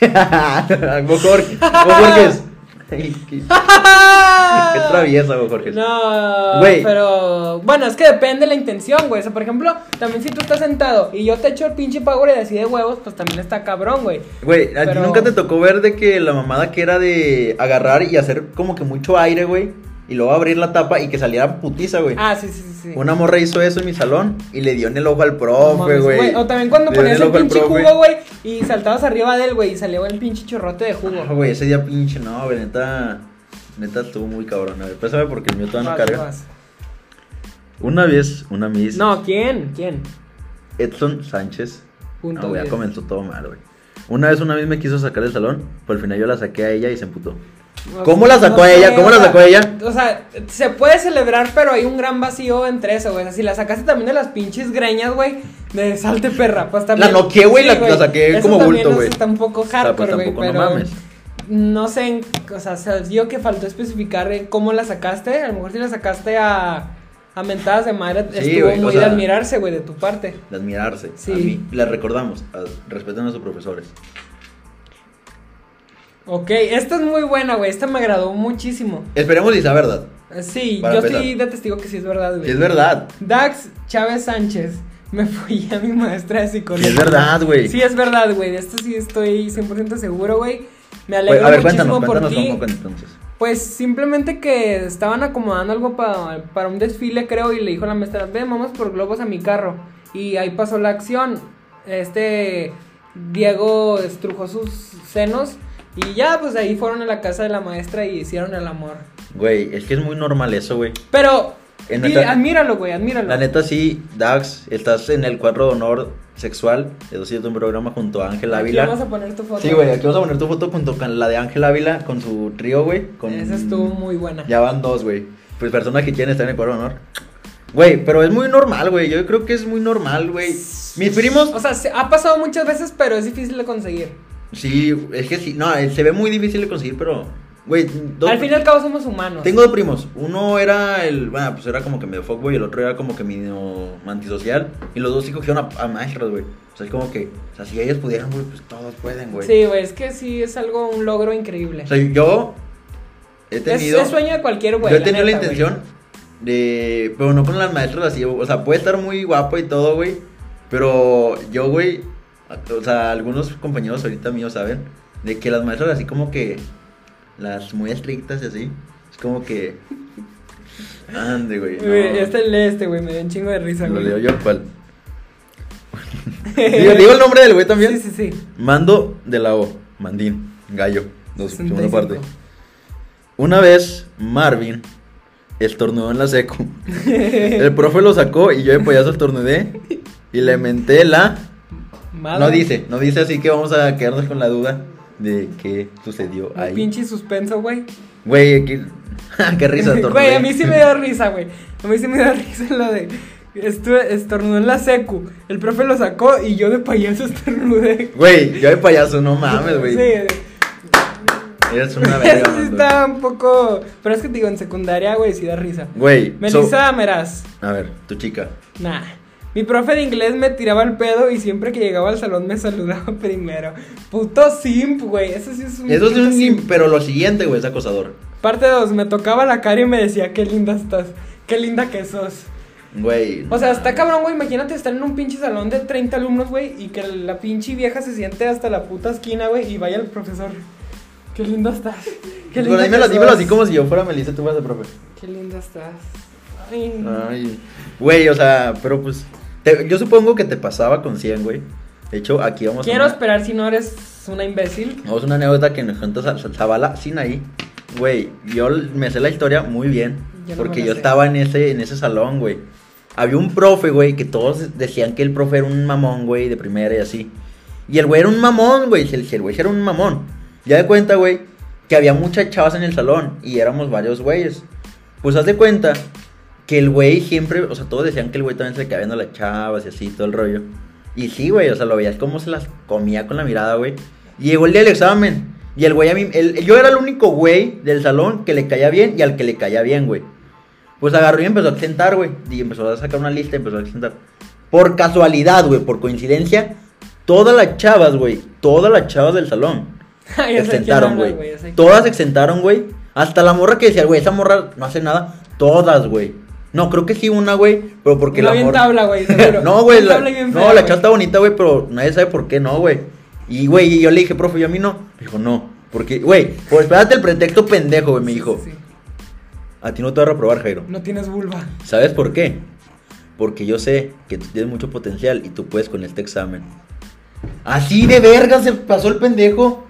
[SPEAKER 2] Vos, Jorge. Vos, Jorge. Ay, qué, qué traviesa, vos, Jorge.
[SPEAKER 1] No,
[SPEAKER 2] Güey.
[SPEAKER 1] pero bueno, es que depende la intención, güey. O sea, por ejemplo, también si tú estás sentado y yo te echo el pinche power y así de huevos, pues también está cabrón, güey.
[SPEAKER 2] Güey, ¿a ti
[SPEAKER 1] Pero-
[SPEAKER 2] nunca te tocó ver de que la mamada que era de agarrar y hacer como que mucho aire, güey? Y luego abrir la tapa y que saliera putiza, güey.
[SPEAKER 1] Ah, sí, sí, sí, sí.
[SPEAKER 2] Una morra hizo eso en mi salón y le dio en el ojo al
[SPEAKER 1] No
[SPEAKER 2] profe,
[SPEAKER 1] mames,
[SPEAKER 2] güey.
[SPEAKER 1] O también cuando
[SPEAKER 2] Le dio en
[SPEAKER 1] ponías el
[SPEAKER 2] ojo al
[SPEAKER 1] pinche
[SPEAKER 2] profe.
[SPEAKER 1] jugo, güey, y saltabas arriba de él, güey, y salió el pinche chorrote de jugo.
[SPEAKER 2] Ah, güey, ese día pinche, no, güey, neta. Neta estuvo muy cabrón. A ver, pésame porque el mío todavía no
[SPEAKER 1] Vas,
[SPEAKER 2] carga.
[SPEAKER 1] vas.
[SPEAKER 2] Una vez, una miss,
[SPEAKER 1] No, ¿quién? ¿Quién?
[SPEAKER 2] Edson Sánchez.
[SPEAKER 1] Punto
[SPEAKER 2] no, güey, ya
[SPEAKER 1] diez.
[SPEAKER 2] comenzó todo mal, güey. Una vez, una miss me quiso sacar del salón, pero al final yo la saqué a ella y se emputó. ¿Cómo la sacó a ella?
[SPEAKER 1] sé,
[SPEAKER 2] ¿Cómo
[SPEAKER 1] o
[SPEAKER 2] la
[SPEAKER 1] sea,
[SPEAKER 2] sacó a ella?
[SPEAKER 1] O sea, se puede celebrar, pero hay un gran vacío entre eso, güey. O sea, si la sacaste también de las pinches greñas, güey, de salte perra, pues también.
[SPEAKER 2] La noqueé, güey, la- la saqué
[SPEAKER 1] Eso
[SPEAKER 2] como
[SPEAKER 1] también,
[SPEAKER 2] bulto,
[SPEAKER 1] o sea,
[SPEAKER 2] güey.
[SPEAKER 1] Está un poco
[SPEAKER 2] sea,
[SPEAKER 1] hardcore,
[SPEAKER 2] pues,
[SPEAKER 1] güey,
[SPEAKER 2] tampoco no
[SPEAKER 1] pero.
[SPEAKER 2] mames.
[SPEAKER 1] No sé, eh, en- o sea, se vio que faltó especificar en cómo la sacaste. A lo mejor si la sacaste a. a mentadas de madre
[SPEAKER 2] Sí,
[SPEAKER 1] estuvo
[SPEAKER 2] güey, o
[SPEAKER 1] muy de
[SPEAKER 2] sea-
[SPEAKER 1] admirarse, güey, de tu parte.
[SPEAKER 2] De admirarse.
[SPEAKER 1] Sí.
[SPEAKER 2] A mí, les recordamos, a- respeten a sus profesores.
[SPEAKER 1] Ok, esta es muy buena, güey. Esta me agradó muchísimo.
[SPEAKER 2] Esperemos y sea verdad.
[SPEAKER 1] Eh, Sí,
[SPEAKER 2] Para
[SPEAKER 1] yo
[SPEAKER 2] empezar.
[SPEAKER 1] sí de testigo que sí es verdad, güey.
[SPEAKER 2] Si es verdad.
[SPEAKER 1] Dax Chávez Sánchez. Me fui a mi maestra de
[SPEAKER 2] Si
[SPEAKER 1] psicología.
[SPEAKER 2] es verdad, güey.
[SPEAKER 1] Sí, es verdad, güey. De esto sí estoy 100% seguro, güey. Me
[SPEAKER 2] Güey,
[SPEAKER 1] alegro
[SPEAKER 2] a
[SPEAKER 1] muchísimo
[SPEAKER 2] ver, cuéntanos,
[SPEAKER 1] por
[SPEAKER 2] cuéntanos
[SPEAKER 1] ti.
[SPEAKER 2] cómo entonces.
[SPEAKER 1] Pues simplemente que estaban acomodando algo pa- para un desfile, creo, y le dijo a la maestra, ven, vamos por globos a mi carro. Y ahí pasó la acción. Este Diego estrujó sus senos y ya, pues ahí fueron a la casa de la maestra y hicieron el amor.
[SPEAKER 2] Güey, es que es muy normal eso, güey.
[SPEAKER 1] Pero,
[SPEAKER 2] En
[SPEAKER 1] di-
[SPEAKER 2] nuestra-
[SPEAKER 1] admíralo, güey, admíralo.
[SPEAKER 2] Eh, La neta, sí, Dax, estás en el cuadro de honor sexual. Eso sí, es un programa junto a Ángel
[SPEAKER 1] Aquí
[SPEAKER 2] Ávila.
[SPEAKER 1] vamos a poner tu foto.
[SPEAKER 2] Sí, güey, aquí vamos a poner tu foto junto con la de Ángel Ávila con su trío, güey. Con...
[SPEAKER 1] Esa estuvo muy buena.
[SPEAKER 2] Ya van dos, güey. Pues personas que quieren estar en el cuadro de honor. Güey, pero es muy normal, güey. Yo creo que es muy normal, güey. Mis primos.
[SPEAKER 1] O sea, se- ha pasado muchas veces, pero es difícil de conseguir.
[SPEAKER 2] Sí, es que sí. No, eh, se ve muy difícil de conseguir, pero. Güey, dos-
[SPEAKER 1] Al fin y al cabo somos humanos.
[SPEAKER 2] Tengo dos primos. Uno era el. Bueno, pues era como que medio fuckboy. El otro era como que medio antisocial. Y los dos sí cogieron a, a maestras, güey. O sea, es como que. O sea, si ellos pudieron, güey, pues todos pueden, güey.
[SPEAKER 1] Sí, güey, es que sí es algo, un logro increíble.
[SPEAKER 2] O sea, yo. He
[SPEAKER 1] Es,
[SPEAKER 2] tenido.
[SPEAKER 1] es sueño de cualquier güey.
[SPEAKER 2] yo he tenido la,
[SPEAKER 1] neta, güey.
[SPEAKER 2] intención de. Pero no con las maestras así. O sea, puede estar muy guapo y todo, güey. Pero yo, güey. O sea, algunos compañeros ahorita míos saben. De que las maestras así como que. Las muy estrictas y así. Es como que. Ande, güey. no.
[SPEAKER 1] Güey, Este lee este, güey, me dio un chingo de risa,
[SPEAKER 2] Lo
[SPEAKER 1] güey.
[SPEAKER 2] leo yo, ¿cuál? digo, digo el nombre del güey también.
[SPEAKER 1] Sí, sí, sí.
[SPEAKER 2] Mando de la O. Mandín. Gallo. Dos, segunda
[SPEAKER 1] 65.
[SPEAKER 2] parte. Una vez Marvin estornudó en la secu. El profe lo sacó y yo de payaso estornudé y le menté la.
[SPEAKER 1] Madre.
[SPEAKER 2] No dice, no dice, así que vamos a quedarnos con la duda de qué sucedió
[SPEAKER 1] Un
[SPEAKER 2] ahí.
[SPEAKER 1] pinche suspenso, güey.
[SPEAKER 2] Güey, aquí- qué risa estornudé.
[SPEAKER 1] Güey, a mí sí me dio risa, güey. A mí sí me dio risa lo de. Estuve estornudó en la secu. El profe lo sacó y yo de payaso estornudé.
[SPEAKER 2] Güey, yo de payaso, no mames, güey.
[SPEAKER 1] Sí.
[SPEAKER 2] Eres una verga,
[SPEAKER 1] Eso sí
[SPEAKER 2] Mando.
[SPEAKER 1] está un poco. Pero es que te digo, en secundaria, güey, sí da risa.
[SPEAKER 2] Güey, so-
[SPEAKER 1] Melissa Meraz.
[SPEAKER 2] a ver, tu chica.
[SPEAKER 1] Nah. Mi profe de inglés me tiraba el pedo y siempre que llegaba al salón me saludaba primero. Puto simp, güey. Eso sí es un.
[SPEAKER 2] Eso es
[SPEAKER 1] puto
[SPEAKER 2] un
[SPEAKER 1] simp.
[SPEAKER 2] lim- pero lo siguiente, güey, es acosador.
[SPEAKER 1] Parte 2. Me tocaba la cara y me decía, qué linda estás. Qué linda que sos.
[SPEAKER 2] Güey.
[SPEAKER 1] O sea, está
[SPEAKER 2] no.
[SPEAKER 1] cabrón, güey. Imagínate estar en un pinche salón de 30 alumnos, güey, y que la pinche vieja se siente hasta la puta esquina, güey, y vaya el profesor. Qué linda estás. Qué
[SPEAKER 2] Pero
[SPEAKER 1] linda
[SPEAKER 2] dímelo,
[SPEAKER 1] que
[SPEAKER 2] dímelo
[SPEAKER 1] sos.
[SPEAKER 2] así como si yo fuera Melissa, tú vas de profe.
[SPEAKER 1] Qué linda estás. Ay.
[SPEAKER 2] Ay, güey, o sea, pero pues. te- yo supongo que te pasaba con 100, güey. De hecho, aquí vamos
[SPEAKER 1] Quiero
[SPEAKER 2] a. Una,
[SPEAKER 1] esperar si no eres una imbécil.
[SPEAKER 2] vamos a una anécdota que nos cuenta Sa- Sa- Zavala sin ahí. Güey, yo l- me sé la historia muy bien.
[SPEAKER 1] Yo no
[SPEAKER 2] porque
[SPEAKER 1] me la
[SPEAKER 2] yo
[SPEAKER 1] sé.
[SPEAKER 2] estaba en ese, en ese salón, güey. Había un profe, güey, que todos decían que el profe era un mamón, güey, de primera y así. Y el güey era un mamón, güey. El, el güey era un mamón. Ya de cuenta, güey, que había muchas chavas en el salón y éramos varios güeyes. Pues haz de cuenta que el güey siempre, o sea, todos decían que el güey también se le quedaba viendo a las chavas y así, todo el rollo. Y sí, güey, o sea, lo veías cómo se las comía con la mirada, güey. Y llegó el día del examen. Y el güey a mí, el- yo era el único güey del salón que le caía bien y al que le caía bien, güey. Pues agarró y empezó a sentar, güey. Y empezó a sacar una lista y empezó a sentar. Por casualidad, güey, por coincidencia, todas las chavas, güey, todas las chavas del salón
[SPEAKER 1] Ay, ya sé quién
[SPEAKER 2] exentaron,
[SPEAKER 1] habla,
[SPEAKER 2] güey.
[SPEAKER 1] ya sé quién.
[SPEAKER 2] Todas exentaron, güey. Hasta la morra que decía, güey, esa morra no hace nada. Todas, güey. No, creo que sí una, güey, pero porque
[SPEAKER 1] Una
[SPEAKER 2] la
[SPEAKER 1] bien
[SPEAKER 2] morra...
[SPEAKER 1] tabla, güey, seguro.
[SPEAKER 2] no, güey,
[SPEAKER 1] Bien
[SPEAKER 2] la...
[SPEAKER 1] tabla y bien
[SPEAKER 2] no,
[SPEAKER 1] fea,
[SPEAKER 2] la
[SPEAKER 1] güey.
[SPEAKER 2] chava está bonita, güey, pero nadie sabe por qué no, güey. Y, güey, y yo le dije, profe, yo a mí no. Me dijo, no, porque, güey, pues espérate el pretexto pendejo, güey, me dijo.
[SPEAKER 1] Sí, sí.
[SPEAKER 2] A ti no te va a reprobar, Jairo.
[SPEAKER 1] No tienes vulva.
[SPEAKER 2] ¿Sabes por qué? Porque yo sé que tú tienes mucho potencial y tú puedes con este examen. Así de verga se pasó el pendejo.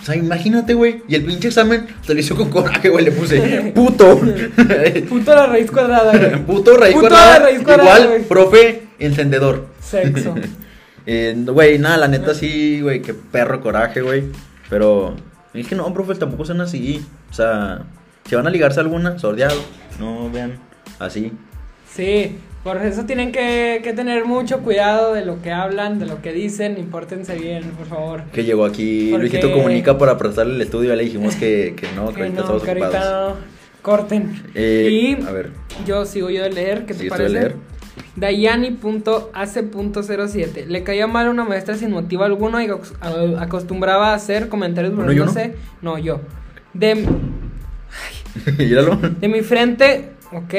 [SPEAKER 2] O sea, imagínate, güey. Y el pinche examen se lo hizo con coraje, güey. Le puse puto.
[SPEAKER 1] Puto la raíz cuadrada, güey.
[SPEAKER 2] puto raíz
[SPEAKER 1] Puto
[SPEAKER 2] cuadrada.
[SPEAKER 1] raíz cuadrada,
[SPEAKER 2] Igual,
[SPEAKER 1] güey.
[SPEAKER 2] profe, encendedor.
[SPEAKER 1] Sexo.
[SPEAKER 2] Eh, Güey, nada, la neta sí, güey. Qué perro coraje, güey. Pero es que no, profe, tampoco son así. O sea, si van a ligarse alguna, sordeado. No vean así.
[SPEAKER 1] Sí, por eso tienen que, que tener mucho cuidado de lo que hablan, de lo que dicen y pórtense bien, por favor.
[SPEAKER 2] Que llegó aquí
[SPEAKER 1] Porque-
[SPEAKER 2] Luisito Comunica para prestarle el estudio y le dijimos que, que no, que
[SPEAKER 1] Que
[SPEAKER 2] ahorita
[SPEAKER 1] no,
[SPEAKER 2] estamos
[SPEAKER 1] que
[SPEAKER 2] ocupados.
[SPEAKER 1] ahorita no. Corten.
[SPEAKER 2] Eh,
[SPEAKER 1] y
[SPEAKER 2] a ver.
[SPEAKER 1] yo sigo yo de leer, ¿qué te
[SPEAKER 2] Sigues tú de
[SPEAKER 1] parece?
[SPEAKER 2] leer.
[SPEAKER 1] Dayani.ace.07 Le caía mal a una maestra sin motivo alguno y ac- a- acostumbraba a hacer comentarios
[SPEAKER 2] Bueno, yo no.
[SPEAKER 1] burlándose. No, yo. De,
[SPEAKER 2] Míralo.
[SPEAKER 1] de mi frente, ok,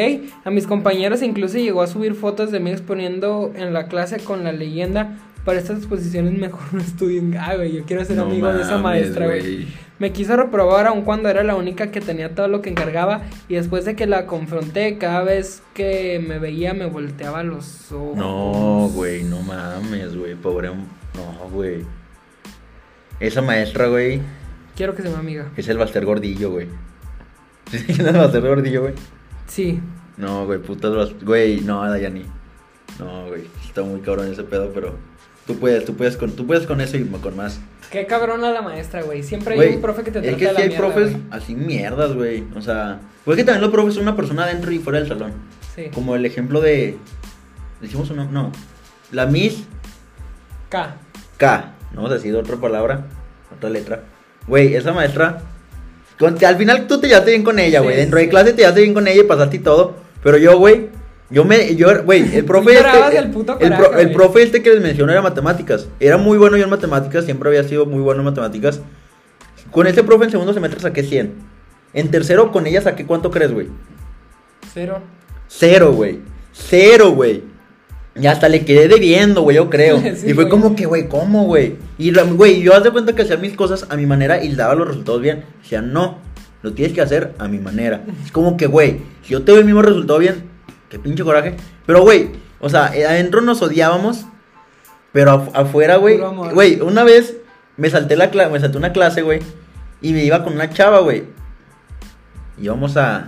[SPEAKER 1] a mis compañeros incluso llegó a subir fotos de mí exponiendo en la clase con la leyenda. Para estas exposiciones mejor no estudien. Ah, güey, yo quiero ser
[SPEAKER 2] No
[SPEAKER 1] amigo de esa
[SPEAKER 2] mames,
[SPEAKER 1] maestra, güey. Me quiso reprobar aun cuando era la única que tenía todo lo que encargaba y después de que la confronté cada vez que me veía me volteaba los ojos.
[SPEAKER 2] No, güey, no mames, güey. Pobre. hom- No, güey. Esa maestra, güey,
[SPEAKER 1] Quiero que se me amiga.
[SPEAKER 2] es el Baster Gordillo, güey. ¿Sí se llama el Baster Gordillo, güey?
[SPEAKER 1] Sí.
[SPEAKER 2] No, güey, putas. bas- Güey, no, Dayani. No, güey. Está muy cabrón ese pedo, pero. Tú puedes, tú puedes con, tú puedes con eso y con más.
[SPEAKER 1] Qué cabrona la maestra, güey. Siempre hay
[SPEAKER 2] Güey,
[SPEAKER 1] un profe que te
[SPEAKER 2] Es
[SPEAKER 1] trata
[SPEAKER 2] que
[SPEAKER 1] de
[SPEAKER 2] sí
[SPEAKER 1] la
[SPEAKER 2] hay
[SPEAKER 1] mierda,
[SPEAKER 2] profes
[SPEAKER 1] güey.
[SPEAKER 2] así mierdas, güey. O sea, pues es que también los profes son una persona dentro y fuera del salón.
[SPEAKER 1] Sí.
[SPEAKER 2] Como el ejemplo de. Decimos uno, no. La Miss
[SPEAKER 1] K.
[SPEAKER 2] K. No vamos a decir otra palabra, otra letra. Güey, esa maestra. con- al final tú te llevaste bien con ella,
[SPEAKER 1] Sí,
[SPEAKER 2] güey. Dentro
[SPEAKER 1] sí.
[SPEAKER 2] de clase te llevaste bien con ella y pasaste y todo. Pero yo, güey. Yo me. Yo, güey, el profe.
[SPEAKER 1] llorabas
[SPEAKER 2] este,
[SPEAKER 1] del puto
[SPEAKER 2] el, pro-
[SPEAKER 1] coraje,
[SPEAKER 2] el
[SPEAKER 1] güey.
[SPEAKER 2] profe este que les mencioné era matemáticas. Era muy bueno yo en matemáticas. Siempre había sido muy bueno en matemáticas. Con este profe en segundo semestre saqué 100. En tercero con ella saqué cuánto crees, güey.
[SPEAKER 1] Cero.
[SPEAKER 2] Cero, güey. Cero, güey. Y hasta le quedé debiendo, güey, yo creo.
[SPEAKER 1] Sí,
[SPEAKER 2] y fue
[SPEAKER 1] güey.
[SPEAKER 2] como que, güey, ¿cómo, güey? Y, la- güey, yo haz de cuenta que hacía mis cosas a mi manera y daba los resultados bien. O sea, no, lo tienes que hacer a mi manera. Es como que, güey, si yo te doy el mismo resultado bien, qué pinche coraje. Pero, güey, o sea, eh, adentro nos odiábamos, pero af- afuera, güey.
[SPEAKER 1] Puro amor.
[SPEAKER 2] Güey, una vez me salté, la cla- me salté una clase, güey, y me iba con una chava, güey. Íbamos a,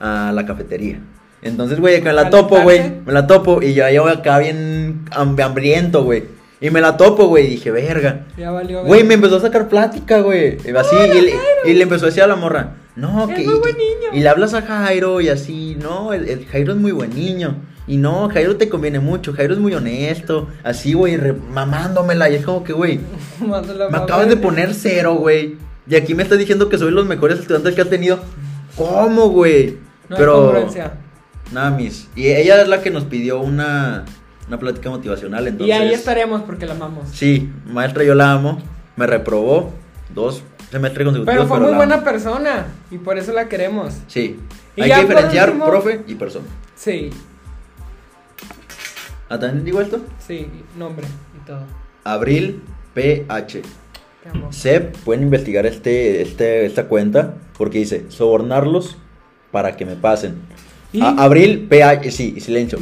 [SPEAKER 2] a la cafetería. Entonces, güey, me la topo, güey.
[SPEAKER 1] ¿Calentarse?
[SPEAKER 2] Me la topo y ya yo acá bien ham- hambriento, güey. Y me la topo, güey. Y dije, verga.
[SPEAKER 1] Ya valió.
[SPEAKER 2] Güey, me empezó a sacar plática, güey. Y Así, y, le, y le empezó a decir a la morra, no,
[SPEAKER 1] Es
[SPEAKER 2] que.
[SPEAKER 1] muy
[SPEAKER 2] y-
[SPEAKER 1] buen niño.
[SPEAKER 2] Y le hablas a Jairo y así, no, el, el Jairo es muy buen niño. Y no, Jairo te conviene mucho, Jairo es muy honesto. Así, güey, re- mamándomela. Y es como que, güey, me acabas de poner cero, güey. Y aquí me estás diciendo que soy los mejores estudiantes que has tenido. ¿Cómo, güey?
[SPEAKER 1] No hay
[SPEAKER 2] Pero.
[SPEAKER 1] congruencia.
[SPEAKER 2] Nada, mis. Y ella es la que nos pidió una, una plática motivacional, entonces.
[SPEAKER 1] Y ahí estaremos porque la amamos.
[SPEAKER 2] Sí, maestra, yo la amo. Me reprobó dos semestres consecutivos.
[SPEAKER 1] pero fue muy
[SPEAKER 2] la
[SPEAKER 1] buena
[SPEAKER 2] amo.
[SPEAKER 1] persona y por eso la queremos.
[SPEAKER 2] Sí.
[SPEAKER 1] Y
[SPEAKER 2] Hay
[SPEAKER 1] ya
[SPEAKER 2] que
[SPEAKER 1] por
[SPEAKER 2] diferenciar
[SPEAKER 1] último-
[SPEAKER 2] profe y persona.
[SPEAKER 1] Sí,
[SPEAKER 2] ¿Ah, también digo esto?
[SPEAKER 1] sí, nombre y todo.
[SPEAKER 2] Abril PH.
[SPEAKER 1] Te amo.
[SPEAKER 2] Sep, pueden investigar este, este, esta cuenta porque dice sobornarlos para que me pasen.
[SPEAKER 1] ¿Y?
[SPEAKER 2] A- abril PH, sí, y silencio.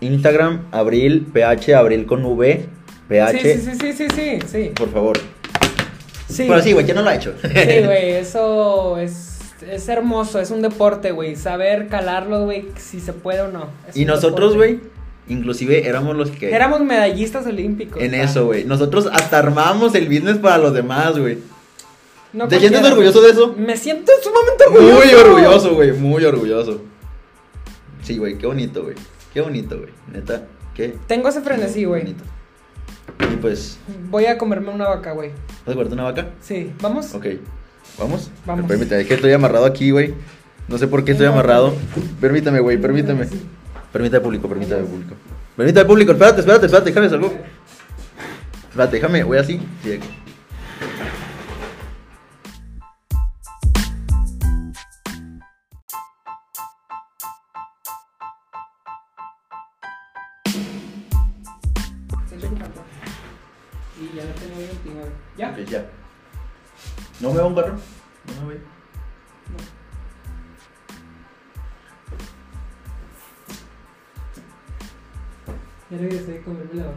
[SPEAKER 2] Instagram, abril PH, abril con V, PH.
[SPEAKER 1] Sí, sí, sí, sí, sí, sí.
[SPEAKER 2] Por favor.
[SPEAKER 1] Sí.
[SPEAKER 2] Pero sí, güey, ya no lo ha hecho.
[SPEAKER 1] Sí, güey, eso es, es hermoso, es un deporte, güey. Saber calarlo, güey, si se puede o no. Es
[SPEAKER 2] Y
[SPEAKER 1] un
[SPEAKER 2] nosotros,
[SPEAKER 1] deporte.
[SPEAKER 2] güey, inclusive éramos los que...
[SPEAKER 1] Éramos medallistas olímpicos. Ah,
[SPEAKER 2] en
[SPEAKER 1] pa.
[SPEAKER 2] eso, güey. Nosotros hasta armábamos el business para los demás, güey.
[SPEAKER 1] No
[SPEAKER 2] ¿Te
[SPEAKER 1] cualquiera,
[SPEAKER 2] sientes orgulloso de eso?
[SPEAKER 1] güey. Me siento sumamente orgulloso.
[SPEAKER 2] Muy orgulloso, güey. Muy orgulloso. Sí, güey, qué bonito, güey. Qué bonito, güey. Neta, qué
[SPEAKER 1] Tengo ese frenesí, güey.
[SPEAKER 2] bonito. Y pues,
[SPEAKER 1] Voy a comerme una vaca, güey.
[SPEAKER 2] ¿vas a guardar una vaca?
[SPEAKER 1] Sí, vamos.
[SPEAKER 2] Ok, ¿vamos?
[SPEAKER 1] Vamos.
[SPEAKER 2] Permítame, es que estoy amarrado aquí, güey. No sé por qué estoy
[SPEAKER 1] No,
[SPEAKER 2] amarrado. Permítame, güey, permítame.
[SPEAKER 1] Sí.
[SPEAKER 2] Permítame, público, permítame, público. Permítame, público, espérate, espérate, espérate, déjame salgo. Espérate, déjame, voy así. Sí, aquí.
[SPEAKER 1] Y ya no tengo bien timado. ¿Ya?
[SPEAKER 2] Ok, ya. ¿No me va un carro? No me voy.
[SPEAKER 1] Ya regresé de comerme la vaca.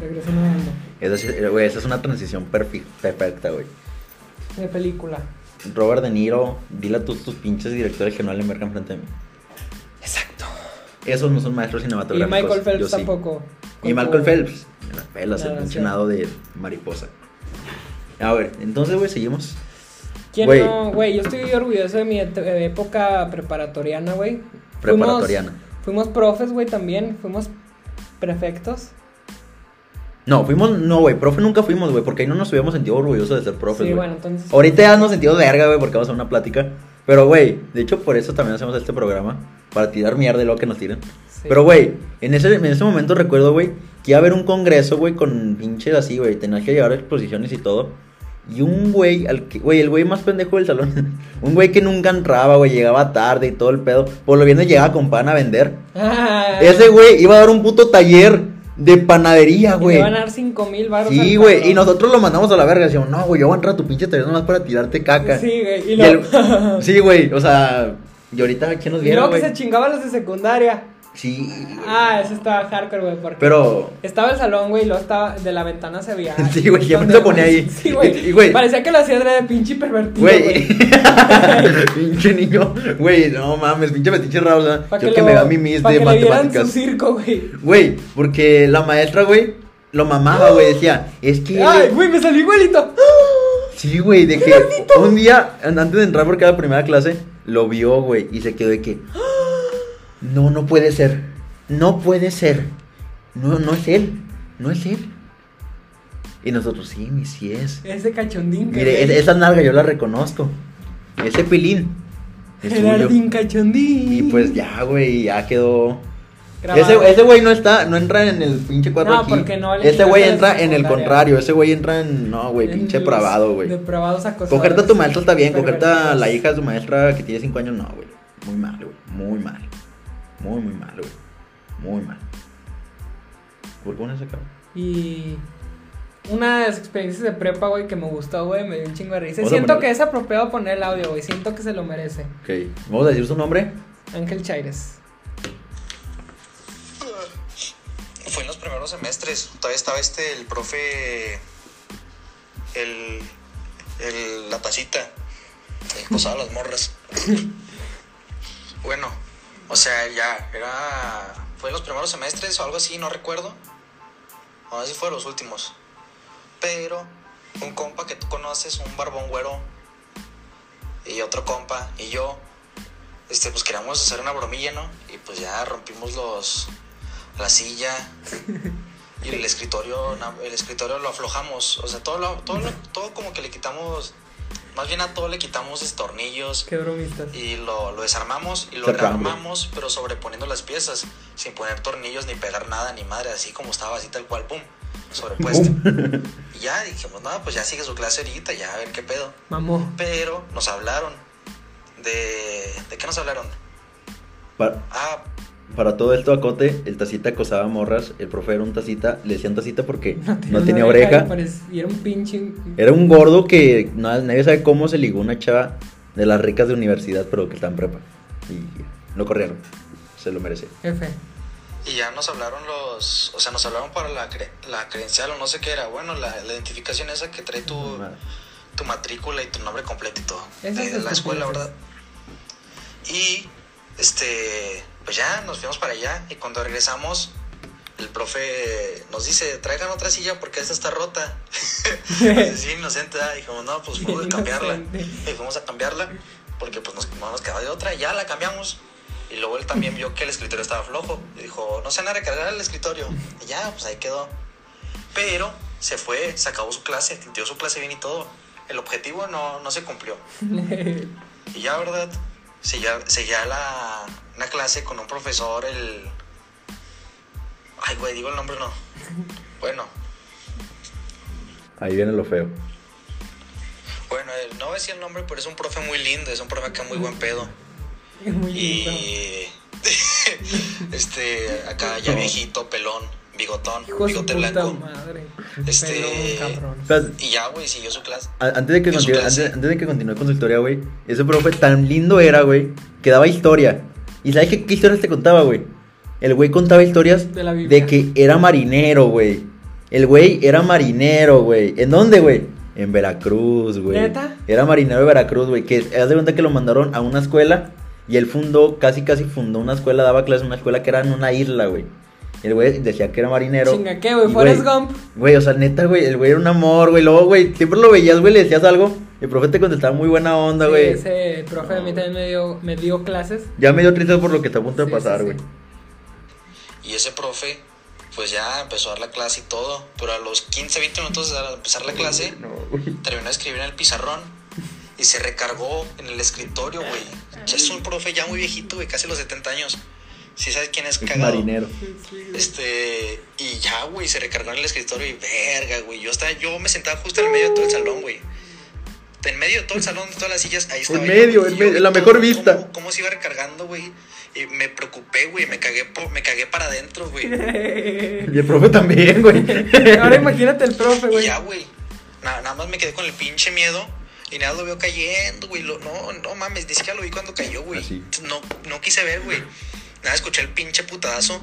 [SPEAKER 1] Regreso nadando.
[SPEAKER 2] Esa, sí- eh, güey, esa es una transición perfi- perfecta, güey.
[SPEAKER 1] De película.
[SPEAKER 2] Robert De Niro, dile a todos tus pinches directores que no hablen verga enfrente de mí.
[SPEAKER 1] Exacto.
[SPEAKER 2] Esos no son maestros
[SPEAKER 1] Y
[SPEAKER 2] cinematográficos.
[SPEAKER 1] Michael
[SPEAKER 2] yo
[SPEAKER 1] Phelps
[SPEAKER 2] sí.
[SPEAKER 1] tampoco.
[SPEAKER 2] Y Michael Phelps. Me la pelas,
[SPEAKER 1] Nada,
[SPEAKER 2] el pinche
[SPEAKER 1] Ah, sí.
[SPEAKER 2] nado de mariposa. A ver, entonces, güey, seguimos.
[SPEAKER 1] ¿Quién
[SPEAKER 2] Güey.
[SPEAKER 1] no? Güey, yo estoy orgulloso de mi et- eh, época preparatoriana, güey. Fuimos-
[SPEAKER 2] Preparatoriana.
[SPEAKER 1] Fuimos, profes, güey, también. Fuimos prefectos.
[SPEAKER 2] No, fuimos, no, güey, profe nunca fuimos, güey, porque ahí no nos hubiéramos sentido orgullosos de ser profes,
[SPEAKER 1] Sí,
[SPEAKER 2] güey. Oh,
[SPEAKER 1] bueno, entonces.
[SPEAKER 2] Ahorita ya nos sentimos verga, güey, porque vamos a una plática. Pero, güey, de hecho, por eso también hacemos este programa, para tirar mierda y lo que nos tiren.
[SPEAKER 1] sí.
[SPEAKER 2] Pero, güey, en ese, en ese momento recuerdo, güey, que iba a haber un congreso, güey, con pinches así, güey. Tenías que llevar exposiciones y todo. Y un güey, al que, güey, el güey más pendejo del salón. un güey que nunca entraba, güey, llegaba tarde y todo el pedo. Por lo menos llegaba con pan a vender.
[SPEAKER 1] Ah,
[SPEAKER 2] Ese güey iba a dar un puto taller de panadería,
[SPEAKER 1] y
[SPEAKER 2] güey.
[SPEAKER 1] Le van a dar 5 mil baros.
[SPEAKER 2] Sí,
[SPEAKER 1] al
[SPEAKER 2] güey.
[SPEAKER 1] cabrón.
[SPEAKER 2] Y nosotros lo mandamos a la verga. Decíamos, no, güey, yo voy a entrar a tu pinche taller nomás para tirarte caca.
[SPEAKER 1] Sí, güey. Y
[SPEAKER 2] Y
[SPEAKER 1] lo-
[SPEAKER 2] el- Sí, güey. O sea, y ahorita, ¿quién nos
[SPEAKER 1] Y
[SPEAKER 2] viera,
[SPEAKER 1] luego que
[SPEAKER 2] güey?
[SPEAKER 1] se chingaba los de secundaria.
[SPEAKER 2] Sí.
[SPEAKER 1] Ah, eso estaba hardcore, güey. Porque
[SPEAKER 2] Pero
[SPEAKER 1] estaba el salón, güey, y luego estaba de la ventana se veía.
[SPEAKER 2] Sí, güey, siempre
[SPEAKER 1] donde-
[SPEAKER 2] se ponía ahí.
[SPEAKER 1] Sí, güey.
[SPEAKER 2] Y, güey.
[SPEAKER 1] Parecía que lo hacía de pinche pervertido.
[SPEAKER 2] Güey,
[SPEAKER 1] Güey.
[SPEAKER 2] pinche niño, güey, no mames, pinche metiche Raúl, ¿eh?
[SPEAKER 1] Pa'
[SPEAKER 2] yo que me
[SPEAKER 1] lo-
[SPEAKER 2] da mi mis
[SPEAKER 1] pa'
[SPEAKER 2] de
[SPEAKER 1] que le dieran su
[SPEAKER 2] matemáticas.
[SPEAKER 1] circo, güey.
[SPEAKER 2] Güey, porque la maestra, güey, lo mamaba, güey, decía, es que...
[SPEAKER 1] Ay, güey, me salió igualito.
[SPEAKER 2] Sí, güey, de que un día, an- antes de entrar por cada primera clase, lo vio, güey, y se quedó de que... "Ah, No, no puede ser, no puede ser, no, no es él, no es él. Y nosotros, sí, mi sí es.
[SPEAKER 1] Ese cachondín. que
[SPEAKER 2] Mire,
[SPEAKER 1] ven.
[SPEAKER 2] e- esa nalga yo la reconozco, ese pilín. es suyo.
[SPEAKER 1] Gerardín cachondín.
[SPEAKER 2] Y pues ya, güey, ya quedó.
[SPEAKER 1] Grabado.
[SPEAKER 2] Ese ese güey no está, no entra en el pinche cuadro
[SPEAKER 1] No,
[SPEAKER 2] aquí.
[SPEAKER 1] porque no le
[SPEAKER 2] Ese güey
[SPEAKER 1] entra
[SPEAKER 2] entra
[SPEAKER 1] en
[SPEAKER 2] en el
[SPEAKER 1] secundaria.
[SPEAKER 2] contrario, ese güey entra en, no, güey,
[SPEAKER 1] En
[SPEAKER 2] pinche
[SPEAKER 1] los
[SPEAKER 2] pravado, güey.
[SPEAKER 1] Depravados acosadores.
[SPEAKER 2] Cogerte a tu maestra está bien, cogerte a la
[SPEAKER 1] Pervertidos.
[SPEAKER 2] hija de tu maestra que tiene 5 años, no, güey. Muy mal, güey, muy mal. Muy, muy mal, güey. Muy mal. ¿Por qué uno se acaba?
[SPEAKER 1] Y una de las experiencias de prepa, güey, que me gustó, güey, me dio un chingo de risa. Y
[SPEAKER 2] Vamos a
[SPEAKER 1] Siento
[SPEAKER 2] ponerle.
[SPEAKER 1] que es apropiado poner el audio, güey. Siento que se lo merece.
[SPEAKER 2] Ok, ¿vamos a decir su nombre?
[SPEAKER 1] Ángel Chaires.
[SPEAKER 4] Fue en los primeros semestres. Todavía estaba este, el profe. El. el la tacita. El que usaba las morras. Bueno, o sea, ya era. Fue en los primeros semestres o algo así, no recuerdo. O así fue los últimos. Pero un compa que tú conoces, un barbón güero. Y otro compa, y yo. Este, pues queríamos hacer una bromilla, ¿no? Y pues ya rompimos los, la silla y el escritorio na- el escritorio lo aflojamos o sea todo lo- todo lo- todo como que le quitamos más bien a todo le quitamos estornillos
[SPEAKER 1] Qué bromistas.
[SPEAKER 4] y lo, lo desarmamos y lo
[SPEAKER 2] Cerramos.
[SPEAKER 4] rearmamos pero sobreponiendo las piezas sin poner tornillos ni pegar nada ni madre así como estaba así tal cual pum sobrepuesto y ya dijimos no pues ya sigue su clase ahorita ya a ver qué pedo
[SPEAKER 1] Mamó.
[SPEAKER 4] pero nos hablaron de de qué nos hablaron
[SPEAKER 2] Para,
[SPEAKER 4] ah
[SPEAKER 2] para todo esto acote, el tacita acosaba morras, el profe era un tacita, le decían tacita porque no, tenía oreja.
[SPEAKER 1] y parec- Y era un pinche.
[SPEAKER 2] Era un gordo que na- nadie sabe cómo se ligó una chava de las ricas de universidad, pero que está en prepa. Y lo corrieron. Se lo merece.
[SPEAKER 1] Jefe.
[SPEAKER 4] Y ya nos hablaron los, o sea, nos hablaron para la, cre- la credencial o no sé qué era, bueno, la, la identificación esa que trae tu, tu matrícula y tu nombre completo y todo,
[SPEAKER 1] Esas
[SPEAKER 4] de la
[SPEAKER 1] estupideces.
[SPEAKER 4] escuela, ¿verdad? Y, este, pues ya nos fuimos para allá y cuando regresamos, el profe nos dice, traigan otra silla porque esta está rota. Así inocente, ¿verdad? dijimos, no, pues fuimos a cambiarla.
[SPEAKER 1] Inocente.
[SPEAKER 4] Y fuimos a cambiarla porque pues nos, no nos quedaba de otra y ya la cambiamos. Y luego él también vio que el escritorio estaba flojo. Y dijo, no se van a recargar el escritorio. Y ya, pues ahí quedó. Pero se fue, se acabó su clase, dio su clase bien y todo. El objetivo no, no se cumplió. Y ya, ¿verdad? Seguía, seguía la, una clase con un profesor, el... Ay, güey, digo el nombre, no. Bueno,
[SPEAKER 2] Ahí viene lo feo.
[SPEAKER 4] bueno, eh, no voy a decir el nombre, pero es un profe muy lindo, es un profe acá muy buen pedo.
[SPEAKER 1] Muy lindo.
[SPEAKER 4] Y. este, acá ya viejito, pelón, bigotón,
[SPEAKER 1] Hijo de su
[SPEAKER 4] bigote
[SPEAKER 1] puta
[SPEAKER 4] blanco.
[SPEAKER 1] madre.
[SPEAKER 4] Este-
[SPEAKER 1] Pelón, cabrón.
[SPEAKER 2] Espérate,
[SPEAKER 4] Y ya, güey, siguió su clase.
[SPEAKER 2] a- Antes de, que
[SPEAKER 4] En su
[SPEAKER 2] continúe,
[SPEAKER 4] clase.
[SPEAKER 2] antes, antes de que continúe con su historia, güey, ese profe tan lindo era, güey, que daba historia. ¿Y sabes qué, qué historias te contaba, güey? El güey contaba historias
[SPEAKER 1] De la Biblia.
[SPEAKER 2] de que era marinero, güey. El güey era marinero, güey. ¿En dónde, güey? En Veracruz, güey.
[SPEAKER 1] ¿Neta?
[SPEAKER 2] Era marinero de Veracruz, güey. Que haz de cuenta que lo mandaron a una escuela y él fundó, casi casi fundó una escuela, daba clases en una escuela que era en una isla, güey. El güey decía que era marinero.
[SPEAKER 1] Chinga, ¿qué, güey?
[SPEAKER 2] Y,
[SPEAKER 1] Forrest Gump.
[SPEAKER 2] Güey, o sea, neta, güey, el güey era un amor, güey. Luego, güey, siempre lo veías, güey, le decías algo. El profe te contestaba muy buena onda,
[SPEAKER 1] Sí,
[SPEAKER 2] güey.
[SPEAKER 1] ese profe a mí también me dio, me dio clases.
[SPEAKER 2] Ya me dio tristeza por lo que está a punto de
[SPEAKER 1] Sí,
[SPEAKER 2] pasar,
[SPEAKER 1] sí,
[SPEAKER 2] güey.
[SPEAKER 1] sí.
[SPEAKER 4] Y ese profe pues ya empezó a dar la clase y todo. Pero a los 15, 20 minutos de empezar la clase, terminó de escribir en el pizarrón y se recargó en el escritorio, güey. O sea, es un profe ya muy viejito, güey, casi los 70 años. Si sabes quién es
[SPEAKER 2] Es
[SPEAKER 4] cagado.
[SPEAKER 2] marinero.
[SPEAKER 4] Este, y ya, güey, se recargó en el escritorio y verga, güey. Yo estaba, yo me sentaba justo en el medio de todo el salón, güey. En medio de todo el salón, de todas las sillas, ahí estaba. yo,
[SPEAKER 2] medio,
[SPEAKER 4] güey,
[SPEAKER 2] en
[SPEAKER 4] y yo
[SPEAKER 2] medio,
[SPEAKER 4] vi
[SPEAKER 2] la
[SPEAKER 4] todo
[SPEAKER 2] mejor vista.
[SPEAKER 4] Cómo, cómo se iba recargando, güey. Y me preocupé, güey. Me cagué, po- me cagué para adentro, güey. Este-
[SPEAKER 2] Y el profe también, güey.
[SPEAKER 1] Ahora imagínate el profe,
[SPEAKER 4] Y
[SPEAKER 1] güey.
[SPEAKER 4] ya, güey. Na- nada más me quedé con el pinche miedo. Y nada, lo veo cayendo, güey. Lo- no, no mames, ni siquiera lo vi cuando cayó, güey.
[SPEAKER 2] Así.
[SPEAKER 4] No, no quise ver, güey. Nada, escuché el pinche putadazo.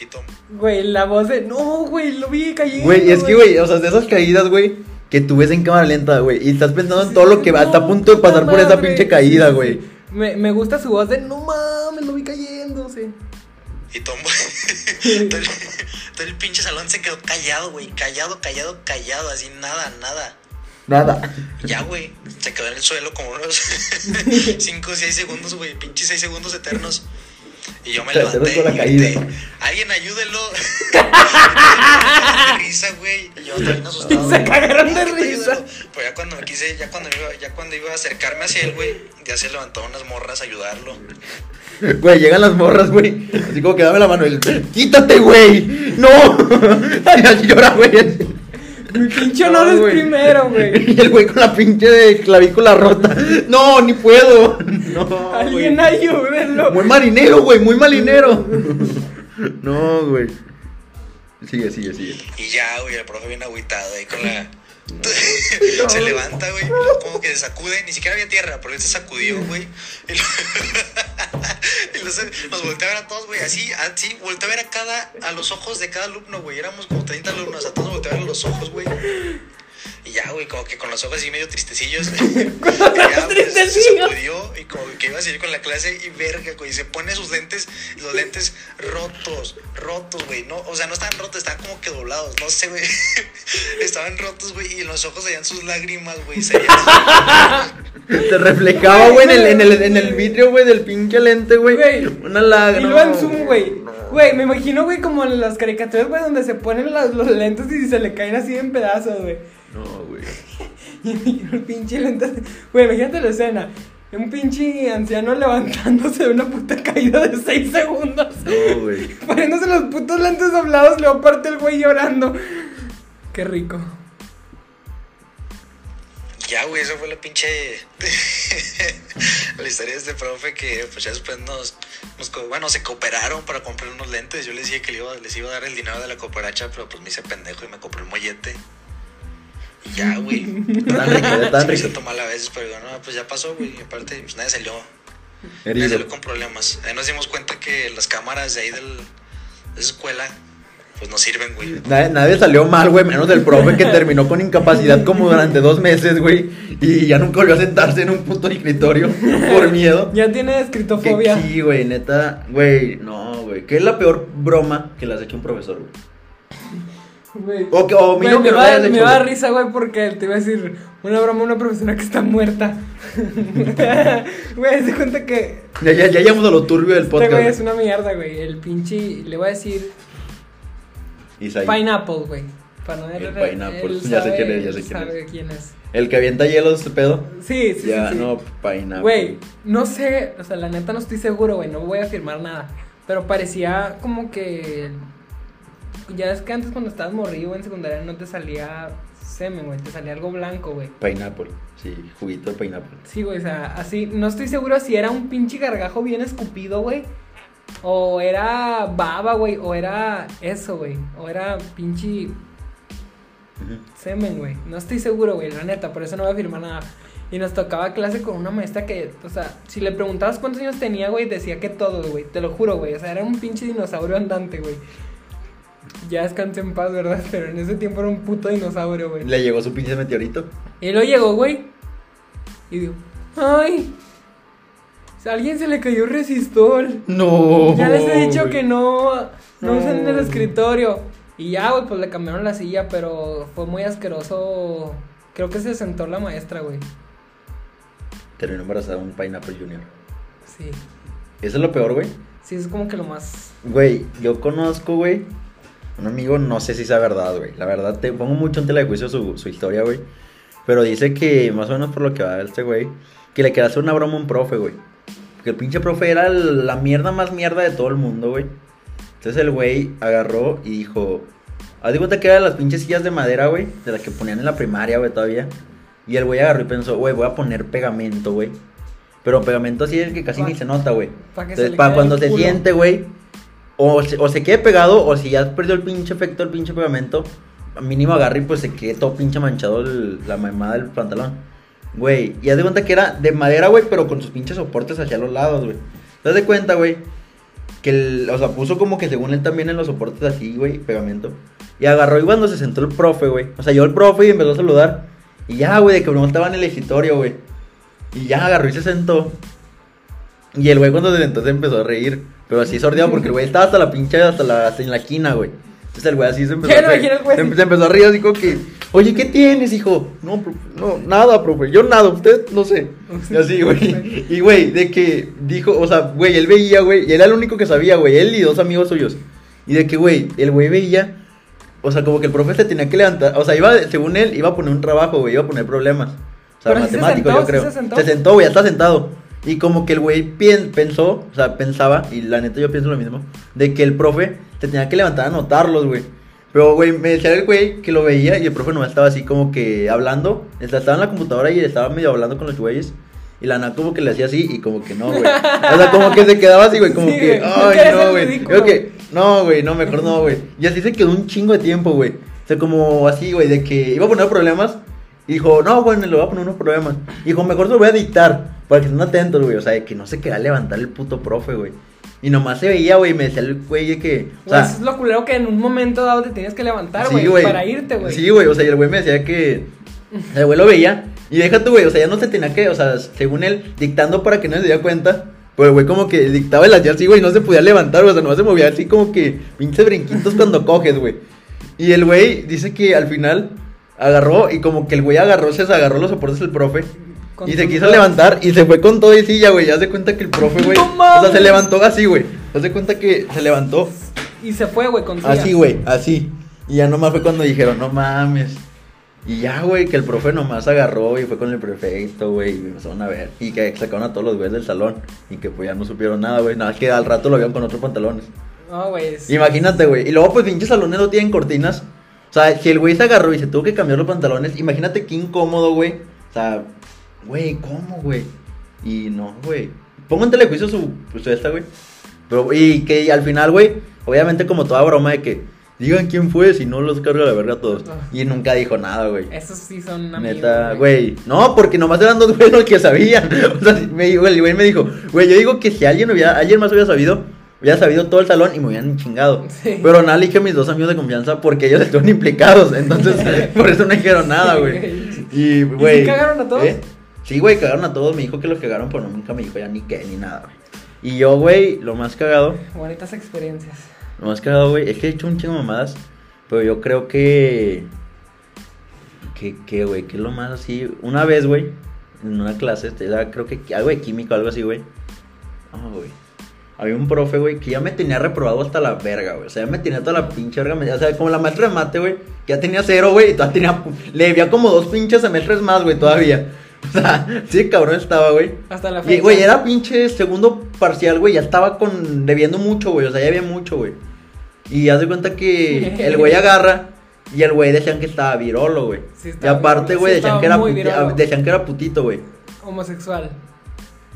[SPEAKER 4] Y tom
[SPEAKER 1] Güey, la voz de. No, güey, lo vi cayendo.
[SPEAKER 2] Güey, es que, güey, o sea, de esas caídas, güey, que tú ves en cámara lenta, güey, y estás pensando en todo lo que va, está a punto de
[SPEAKER 1] puta
[SPEAKER 2] pasar por esa
[SPEAKER 1] madre.
[SPEAKER 2] pinche caída,
[SPEAKER 1] Sí, sí,
[SPEAKER 2] güey.
[SPEAKER 1] sí. Me, me gusta su voz de. No mames, lo vi cayendo, sí.
[SPEAKER 4] Y Tom, güey, todo, el, todo el pinche salón se quedó callado, güey. Callado, callado, callado. Así nada, nada.
[SPEAKER 2] Nada.
[SPEAKER 4] Ya, güey. Se quedó en el suelo como unos 5 o 6 segundos, güey. Pinche 6 segundos eternos. Y yo me
[SPEAKER 2] Te- te
[SPEAKER 4] levanté.
[SPEAKER 2] tocó la
[SPEAKER 4] y grité,
[SPEAKER 2] caída.
[SPEAKER 4] Alguien ayúdelo. De risa, güey. Y yo estaba bien asustado.
[SPEAKER 1] Se
[SPEAKER 4] güey.
[SPEAKER 1] cagaron de
[SPEAKER 4] "Alguien
[SPEAKER 1] risa".
[SPEAKER 4] ayúdelo. Pues ya cuando me quise, ya cuando iba, ya cuando iba a acercarme hacia él, güey, ya se levantaron unas morras a ayudarlo.
[SPEAKER 2] Güey, llegan las morras, güey. Así como que dame la mano. y el, Quítate, güey. No. Y así llora, güey.
[SPEAKER 1] Mi pinche
[SPEAKER 2] No,
[SPEAKER 1] honor es
[SPEAKER 2] güey.
[SPEAKER 1] primero, güey.
[SPEAKER 2] Y el güey con la pinche de clavícula rota. No, ni puedo. No.
[SPEAKER 1] Alguien
[SPEAKER 2] güey.
[SPEAKER 1] ayúdenlo.
[SPEAKER 2] Muy marinero, güey. Muy marinero. No, güey. Sigue, sigue, sigue.
[SPEAKER 4] Y ya, güey, el profe bien agüitado ahí con la. se levanta, güey, y luego como que se sacude, ni siquiera había tierra, pero él se sacudió, güey. Y, lo- y los- nos voltea a ver a todos, güey, así, así, voltea a ver a cada, a los ojos de cada alumno, güey. Éramos como 30 alumnos, a todos voltea a ver los ojos, güey. Y ya, güey, como que con los ojos así medio tristecillos. Y ya, pues, se
[SPEAKER 1] Tristecillo.
[SPEAKER 4] sacudió y como que iba a seguir con la clase y verga, güey. Se pone sus lentes, los lentes rotos, rotos, güey. No, o sea, no estaban rotos, estaban como que doblados, no sé, güey. estaban rotos, güey, y en los ojos salían sus lágrimas, güey. salían sus-
[SPEAKER 2] Te reflejaba, güey, en el, en, el, en el vidrio, güey, del pinche lente, güey.
[SPEAKER 1] Güey.
[SPEAKER 2] Una lágrima.
[SPEAKER 1] Y lo en Zoom, güey. Güey, me imagino, güey, como en las caricaturas, güey, donde se ponen las- los lentes y se le caen así en pedazos, güey.
[SPEAKER 2] No, güey.
[SPEAKER 1] Y me imagino el pinche lente. Güey, imagínate la escena. Un pinche anciano levantándose de una puta caída de 6 segundos.
[SPEAKER 2] No, güey.
[SPEAKER 1] Poniéndose los putos lentes doblados, luego aparte el güey llorando. Qué rico.
[SPEAKER 4] Ya, güey, eso fue la pinche. la historia de este profe que, pues ya después nos, nos co- Bueno, se cooperaron para comprar unos lentes. Yo les dije que le iba- les iba a dar el dinero de la cooperacha, pero pues me hice pendejo y me compré un mollete. Y ya, güey.
[SPEAKER 2] Tan rico,
[SPEAKER 4] Sí,
[SPEAKER 2] tan
[SPEAKER 4] me hizo
[SPEAKER 2] rico.
[SPEAKER 4] tomar a veces, pero digo, no, pues ya pasó, güey. Y Aparte, pues nadie salió, nadie
[SPEAKER 2] Herido.
[SPEAKER 4] salió con problemas. Ahí nos dimos cuenta que las cámaras de ahí del, de esa escuela, pues no sirven, güey.
[SPEAKER 2] Nadie, nadie salió mal, güey, menos del profe que terminó con incapacidad como durante dos meses, güey. Y ya nunca volvió a sentarse en un punto de escritorio por miedo.
[SPEAKER 1] Ya tiene
[SPEAKER 2] Que
[SPEAKER 1] escritofobia.
[SPEAKER 2] sí, güey, neta, güey, no, güey. ¿Qué es la peor broma que le has hecho a un profesor, güey?
[SPEAKER 1] Güey.
[SPEAKER 2] O que- o
[SPEAKER 1] Güey,
[SPEAKER 2] mínimo
[SPEAKER 1] me
[SPEAKER 2] que no
[SPEAKER 1] va,
[SPEAKER 2] le hayas
[SPEAKER 1] me
[SPEAKER 2] hecho,
[SPEAKER 1] va a dar
[SPEAKER 2] güey.
[SPEAKER 1] risa, güey, porque te iba a decir una broma a una profesora que está muerta. Güey, se cuenta que
[SPEAKER 2] Ya, ya, ya llegamos a lo turbio del
[SPEAKER 1] este güey es
[SPEAKER 2] podcast.
[SPEAKER 1] una mierda, güey. El pinche, le voy a decir
[SPEAKER 2] Isaí.
[SPEAKER 1] Pineapple, güey. Para no
[SPEAKER 2] El
[SPEAKER 1] darle-
[SPEAKER 2] Pineapple,
[SPEAKER 1] él
[SPEAKER 2] ya sé
[SPEAKER 1] sabe-
[SPEAKER 2] quién es, ya sé
[SPEAKER 1] él
[SPEAKER 2] quién es.
[SPEAKER 1] sabe quién es.
[SPEAKER 2] El que avienta hielos, ese pedo.
[SPEAKER 1] Sí, sí,
[SPEAKER 2] ya,
[SPEAKER 1] sí, sí.
[SPEAKER 2] no, pineapple.
[SPEAKER 1] Güey, no sé, o sea, la neta no estoy seguro, güey, no voy a afirmar nada. Pero parecía como que. Ya es que antes cuando estabas morrido en secundaria no te salía semen, güey, te salía algo blanco, güey.
[SPEAKER 2] Pineapple, sí, juguito de pineapple.
[SPEAKER 1] Sí, güey, o sea, así, no estoy seguro si era un pinche gargajo bien escupido, güey. O era baba, güey, o era eso, güey. O era pinche
[SPEAKER 2] Ujú.
[SPEAKER 1] semen, güey. No estoy seguro, güey, la neta, por eso no voy a afirmar nada. Y nos tocaba clase con una maestra que, o sea, si le preguntabas cuántos años tenía, güey, decía que todo, güey. Te lo juro, güey. O sea, era un pinche dinosaurio andante, güey. Ya descanse en paz, ¿verdad? Pero en ese tiempo era un puto dinosaurio, güey.
[SPEAKER 2] Le llegó su pinche meteorito.
[SPEAKER 1] Y luego llegó, güey. Y digo, ay, a alguien se le cayó un resistor.
[SPEAKER 2] No.
[SPEAKER 1] Ya les he dicho que no, no
[SPEAKER 2] Oh, No.
[SPEAKER 1] usen el escritorio. Y ya, güey, pues le cambiaron la silla, pero fue muy asqueroso. Creo que se sentó la maestra, güey.
[SPEAKER 2] Terminó embarazada un Pineapple Junior.
[SPEAKER 1] Sí.
[SPEAKER 2] Eso es lo peor, güey.
[SPEAKER 1] Sí, es como que lo más...
[SPEAKER 2] Güey, yo conozco, güey, Un amigo, no sé si sea verdad, güey. La verdad, te pongo mucho en tela de juicio su, su historia, güey. Pero dice que, más o menos por lo que va este güey, que le quería hacer una broma a un profe, güey. Que el pinche profe era el- la mierda más mierda de todo el mundo, güey. Entonces el güey agarró y dijo: Haz de cuenta que eran las pinches sillas de madera, güey, de las que ponían en la primaria, güey, todavía. Y el güey agarró y pensó: Güey, voy a poner pegamento, güey. Pero pegamento así es que casi
[SPEAKER 1] Pa-
[SPEAKER 2] ni se nota, güey.
[SPEAKER 1] pa' que se
[SPEAKER 2] Entonces,
[SPEAKER 1] le
[SPEAKER 2] para
[SPEAKER 1] quede
[SPEAKER 2] cuando
[SPEAKER 1] el
[SPEAKER 2] se
[SPEAKER 1] culo.
[SPEAKER 2] siente, güey, o se, o se quede pegado, o si ya perdió el pinche efecto el pinche pegamento, mínimo agarre y pues se quede todo pinche manchado el- la mamada del pantalón. Güey, y haz de cuenta que era de madera, güey, pero con sus pinches soportes hacia los lados, güey. Te das de cuenta, güey, que, el, o sea, puso como que según él también en los soportes así, güey, pegamento. Y agarró y cuando se sentó el profe, güey. O sea, yo el profe y empezó a saludar. Y ya, güey, de que no estaba en el escritorio, güey. Y ya agarró y se sentó. Y el güey cuando se sentó se empezó a reír. Pero así sordeado porque el güey estaba hasta la pinche, hasta la, hasta en la quina, güey. Entonces el güey así se empezó
[SPEAKER 1] Ya
[SPEAKER 2] a
[SPEAKER 1] me
[SPEAKER 2] reír.
[SPEAKER 1] imagino el güey.
[SPEAKER 2] Se, em- se empezó a reír así como que, oye, ¿qué tienes, hijo? No, profe, no, nada, profe. Yo nada, usted no sé. Y así, güey. Y güey, de que dijo, o sea, güey, él veía, güey. Y él era el único que sabía, güey. Él y dos amigos suyos. Y de que, güey, el güey veía. O sea, como que el profe se tenía que levantar. O sea, iba, según él, iba a poner un trabajo, güey, iba a poner problemas. O sea,
[SPEAKER 1] Pero sí se
[SPEAKER 2] matemático,
[SPEAKER 1] sentó,
[SPEAKER 2] yo
[SPEAKER 1] sí
[SPEAKER 2] creo.
[SPEAKER 1] se sentó.
[SPEAKER 2] güey, ya está sentado. Y como que el güey pien- pensó, o sea, pensaba, y la neta yo pienso lo mismo, de que el profe se tenía que levantar a anotarlos, güey. Pero, güey, me decía el güey que lo veía y el profe nomás estaba así como que hablando. O sea, Estaba en la computadora y estaba medio hablando con los güeyes. Y la nana como que le hacía así y como que no, güey. O sea, como que se quedaba así, güey, como
[SPEAKER 1] Sí,
[SPEAKER 2] que,
[SPEAKER 1] güey.
[SPEAKER 2] ay,
[SPEAKER 1] Quieres
[SPEAKER 2] no,
[SPEAKER 1] ser
[SPEAKER 2] güey.
[SPEAKER 1] ridículo.
[SPEAKER 2] Yo que, no, güey, no, mejor no, güey. Y así se quedó un chingo de tiempo, güey. O sea, como así, güey, de que iba a poner problemas. Y dijo, no, güey, le voy a poner unos problemas. Y dijo, mejor se lo voy a dictar. Para que estén atentos, güey. O sea, de que no se queda levantar el puto profe, güey. Y nomás se veía, güey, y me decía el güey de que. O
[SPEAKER 1] Güey,
[SPEAKER 2] sea,
[SPEAKER 1] eso es lo culero que en un momento dado te tienes que levantar,
[SPEAKER 2] sí,
[SPEAKER 1] güey,
[SPEAKER 2] güey.
[SPEAKER 1] para irte, güey.
[SPEAKER 2] Sí, güey, o sea, y el güey me decía que. o sea, el güey lo veía. Y deja tú, güey, o sea, ya no se tenía que, o sea, según él, dictando para que no se diera cuenta. Pero el güey como que dictaba el así, güey, no se podía levantar, o sea, no se movía así como que pinches brinquitos cuando coges, güey. Y el güey dice que al final agarró y como que el güey agarró, se agarró los soportes del profe.
[SPEAKER 1] Con
[SPEAKER 2] y se
[SPEAKER 1] tu-
[SPEAKER 2] quiso levantar y se fue con todo y silla, güey. Ya se cuenta que el profe, güey.
[SPEAKER 1] ¡No
[SPEAKER 2] o sea,
[SPEAKER 1] mames!
[SPEAKER 2] se levantó así, güey. Ya se cuenta que se levantó
[SPEAKER 1] Y se fue, güey, con silla.
[SPEAKER 2] Así, güey, así. Y ya nomás fue cuando dijeron, no mames. Y ya, güey, que el profe nomás agarró y fue con el prefecto, güey, y me empezaron a ver. Y que sacaron a todos los güeyes del salón. Y que pues ya no supieron nada, güey. Nada más que al rato lo vieron con otros pantalones.
[SPEAKER 1] No, güey. es-
[SPEAKER 2] Imagínate, güey. Y luego, pues, pinches salones no tienen cortinas. O sea, si el güey se agarró y se tuvo que cambiar los pantalones, imagínate qué incómodo, güey. O sea, güey, ¿cómo, güey? Y no, güey. Pongo en telejuicio su, su esta, güey. Pero, y que al final, güey, obviamente como toda broma de que digan quién fue, si no los cargo a la verga a todos.
[SPEAKER 1] Ah.
[SPEAKER 2] Y nunca dijo nada, güey.
[SPEAKER 1] Esos sí son amigos,
[SPEAKER 2] Neta, güey. No, porque nomás eran dos güeyes los que sabían. O sea, me, dijo- el güey me dijo, güey, yo digo que si alguien hubiera, alguien más hubiera sabido, hubiera sabido todo el salón y me hubieran chingado.
[SPEAKER 1] Sí.
[SPEAKER 2] Pero nada, le dije a mis dos amigos de confianza porque ellos estuvieron implicados. Entonces, por eso no dijeron nada,
[SPEAKER 1] Sí,
[SPEAKER 2] güey.
[SPEAKER 1] güey.
[SPEAKER 2] Y,
[SPEAKER 1] sí
[SPEAKER 2] güey.
[SPEAKER 1] cagaron a todos?
[SPEAKER 2] ¿eh? Sí, güey, cagaron a todos. Me dijo que los cagaron, pero nunca me dijo ya ni qué, ni nada, güey. Y yo, güey, lo más cagado,
[SPEAKER 1] Bonitas experiencias.
[SPEAKER 2] lo más cagado, güey, es que he hecho un chingo de mamadas, pero yo creo que. Que, que, güey, que es lo más así. Una vez, güey, en una clase, este, era, creo que qui- algo de químico, algo así, güey. Ah, güey. Había un profe, güey, que ya me tenía reprobado hasta la verga, güey. O sea, ya me tenía toda la pinche verga. me- O sea, como la maestra de mate, güey, que ya tenía cero, güey, y todavía tenía. pu- Le había como dos pinches semestres más, güey, todavía. O sea, sí, cabrón estaba, güey.
[SPEAKER 1] Hasta la
[SPEAKER 2] Y,
[SPEAKER 1] fecha.
[SPEAKER 2] Güey, era pinche segundo parcial, güey. Ya estaba con debiendo mucho, güey. O sea, ya había mucho, güey. Y haz de cuenta que el güey agarra y el güey decían que estaba virolo, güey.
[SPEAKER 1] Sí,
[SPEAKER 2] y
[SPEAKER 1] estaba
[SPEAKER 2] aparte,
[SPEAKER 1] virolo,
[SPEAKER 2] güey,
[SPEAKER 1] sí,
[SPEAKER 2] decían,
[SPEAKER 1] estaba
[SPEAKER 2] que era
[SPEAKER 1] muy
[SPEAKER 2] puti-
[SPEAKER 1] virolo.
[SPEAKER 2] ah, decían que era putito, güey.
[SPEAKER 1] Homosexual.